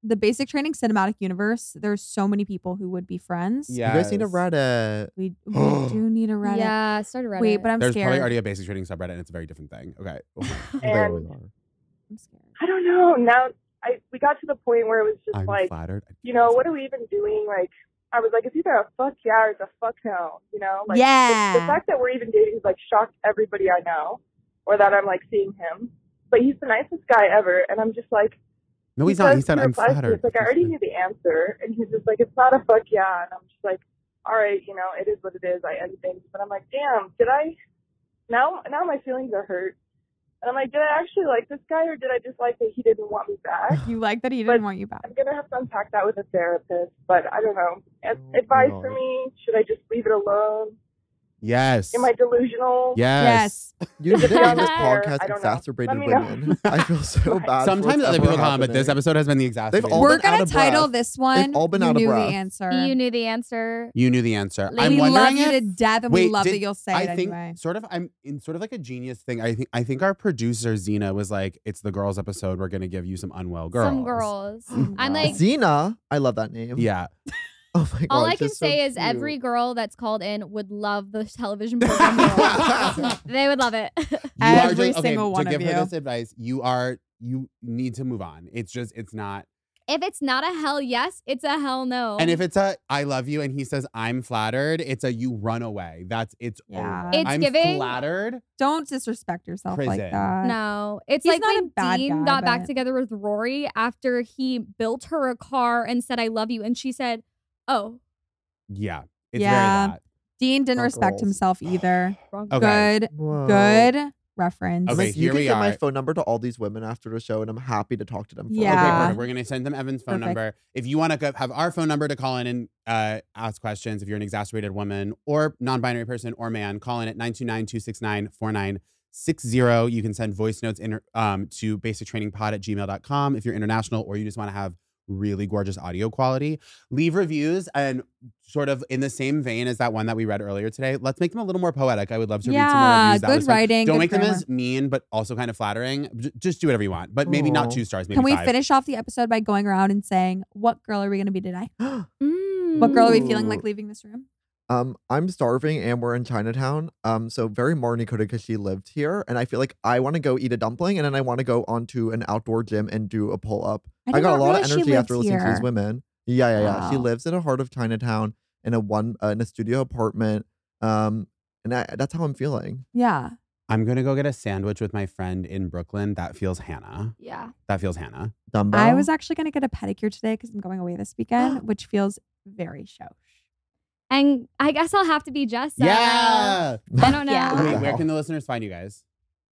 S2: the basic training cinematic universe. There's so many people who would be friends.
S1: yeah.
S4: You guys need a Reddit.
S2: We, we do need a Reddit.
S3: Yeah, start a Reddit.
S2: Wait, but I'm
S1: There's
S2: scared.
S1: probably already a basic trading subreddit, and it's a very different thing. Okay. Oh my-
S4: There
S9: And-
S4: we are.
S2: I'm scared.
S9: I don't know. Now I we got to the point where it was just
S1: I'm
S9: like,
S1: flattered.
S9: you know, what are we even doing? Like, I was like, it's either a fuck yeah or it's a fuck no. You know, like the, the
S2: yeah.
S9: fact that we're even dating is like shocked everybody I know, or that I'm like seeing him. But he's the nicest guy ever, and I'm just like.
S1: No, he's
S9: Because
S1: not. He said,
S9: he
S1: "I'm
S9: replies to me,
S1: flattered."
S9: It's like I already knew the answer, and he's just like, "It's not a fuck yeah," and I'm just like, "All right, you know, it is what it is. I end things." But I'm like, "Damn, did I?" Now, now my feelings are hurt, and I'm like, "Did I actually like this guy, or did I just like that he didn't want me back?"
S2: you like that he
S9: but-
S2: didn't want you back.
S9: I'm gonna have to unpack that with a therapist, but I don't know. Ad-
S4: Oh,
S9: Advice
S4: God.
S9: for me: Should I just leave it alone?
S1: Yes.
S9: Am I delusional?
S1: Yes.
S4: You did
S9: Yeah,
S4: on this
S9: I'm aware.
S4: podcast
S9: I don't know.
S4: exacerbated
S9: Let me know.
S4: women. I feel so bad. for
S1: Sometimes other
S4: what's ever
S1: people call him, but this
S4: happening.
S1: episode has been the exact.
S4: They've
S1: same.
S4: all
S2: We're
S4: been out
S2: gonna
S4: of
S2: title
S4: breath.
S2: this one.
S4: all been
S2: you
S4: out of
S2: knew
S4: breath.
S2: the answer.
S3: you knew the answer.
S1: You knew the answer.
S3: Lady,
S1: I'm
S2: we love
S1: wondering
S2: you to
S1: if
S2: death, and we
S1: Wait,
S2: love
S1: did-
S2: that you'll say it
S1: I think
S2: anyway.
S1: sort of I'm in sort of like a genius thing. I think I think our producer Zena was like, "It's the girls episode. We're gonna give you some unwell girls."
S3: Some girls. I'm
S2: Wow.
S3: like,
S4: Xena. I love that name.
S1: Yeah.
S4: Oh my god.
S3: all I can
S4: she's so
S3: say is
S4: cute.
S3: every girl that's called in would love the television program. girls. they would love it.
S1: You are
S2: Every
S1: just- okay,
S2: single one
S1: to
S2: of
S1: give her
S2: you.
S1: this advice, you are you need to move on. It's just it's not.
S3: if it's not a hell yes, it's a hell no.
S1: And if it's a I love you and he says I'm flattered, it's a you run away. That's it's
S2: Yeah.
S1: over.
S3: It's
S1: I'm
S3: giving-
S1: flattered.
S2: Don't disrespect yourself like
S1: Prison.
S2: that.
S3: no, it's
S2: He's
S3: like
S2: not a
S3: when
S2: bad
S3: Dean
S2: guy,
S3: got back
S2: but-
S3: together with Rory after he built her a car and said, I love you. And she said, Oh,
S1: Yeah. It's
S2: Yeah.
S1: very
S2: Dean didn't
S4: Fuck
S2: respect
S4: girls.
S2: himself either.
S3: wrong.
S1: that. Okay.
S2: Good,
S4: Whoa.
S2: good reference.
S1: Okay,
S4: Unless you
S1: here
S4: can
S1: we
S4: give my
S1: are.
S4: phone number to all these women after the show, and I'm happy to talk to them. For
S1: Okay,
S2: Yeah.
S4: It.
S1: perfect. We're going to send them Evan's phone
S2: Perfect.
S1: number. If you want to go, have our phone number to call in and uh, ask questions, if you're an exacerbated woman or non binary person or man, call in at 929 269 4960. You can send voice notes in, um, to basictrainingpod at gmail.com if you're international or you just want to have really gorgeous audio quality. Leave reviews and sort of in the same vein as that one that we read earlier today, let's make them a little more poetic. I would love to read some more
S2: Yeah,
S1: reviews. That
S2: good
S1: was fun.
S2: writing,
S1: Don't
S2: good
S1: make them
S2: grammar.
S1: as mean, but also kind of flattering. J- just do whatever you want, but maybe not
S4: Aw.
S1: two stars. Maybe
S2: Can we
S1: five.
S2: finish off the episode by going around and saying, "What girl are we going to be today?
S3: Mm.
S2: What girl are we feeling
S4: Ooh.
S2: like leaving this room?"
S4: Um, I'm starving, and we're in Chinatown. Um, so very Marnie Coda because she lived here, and I feel like I want to go eat a dumpling, and then I want to go onto an outdoor gym and do a pull up.
S2: did
S4: got
S2: not
S4: a lot of
S2: realize she
S4: energy after
S2: lived
S4: listening to
S2: here.
S4: these women. Yeah, yeah, yeah. She
S2: Wow.
S4: lives in the heart of Chinatown in a one uh, in a studio apartment. Um, and I, that's how I'm feeling.
S2: Yeah,
S1: I'm gonna go get a sandwich with my friend in Brooklyn. That feels Hannah.
S3: Yeah.
S1: That feels Hannah.
S4: Dumbo.
S2: I was actually going to get a pedicure today because I'm going away this weekend, which feels very showish.
S3: And I guess I'll have to be Jessa.
S1: yeah.
S3: I don't know.
S2: Yeah.
S1: Wait, where can the listeners find you guys?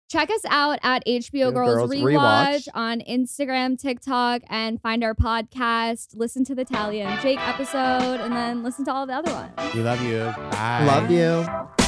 S3: Check us out at HBO
S4: Two
S3: Girls,
S4: Girls
S3: Rewatch
S4: Rewatch.
S3: on Instagram, TikTok, and find our podcast. Listen to the Talia and Jake episode, and then listen to all the other ones.
S1: We love you. Bye.
S4: Love you.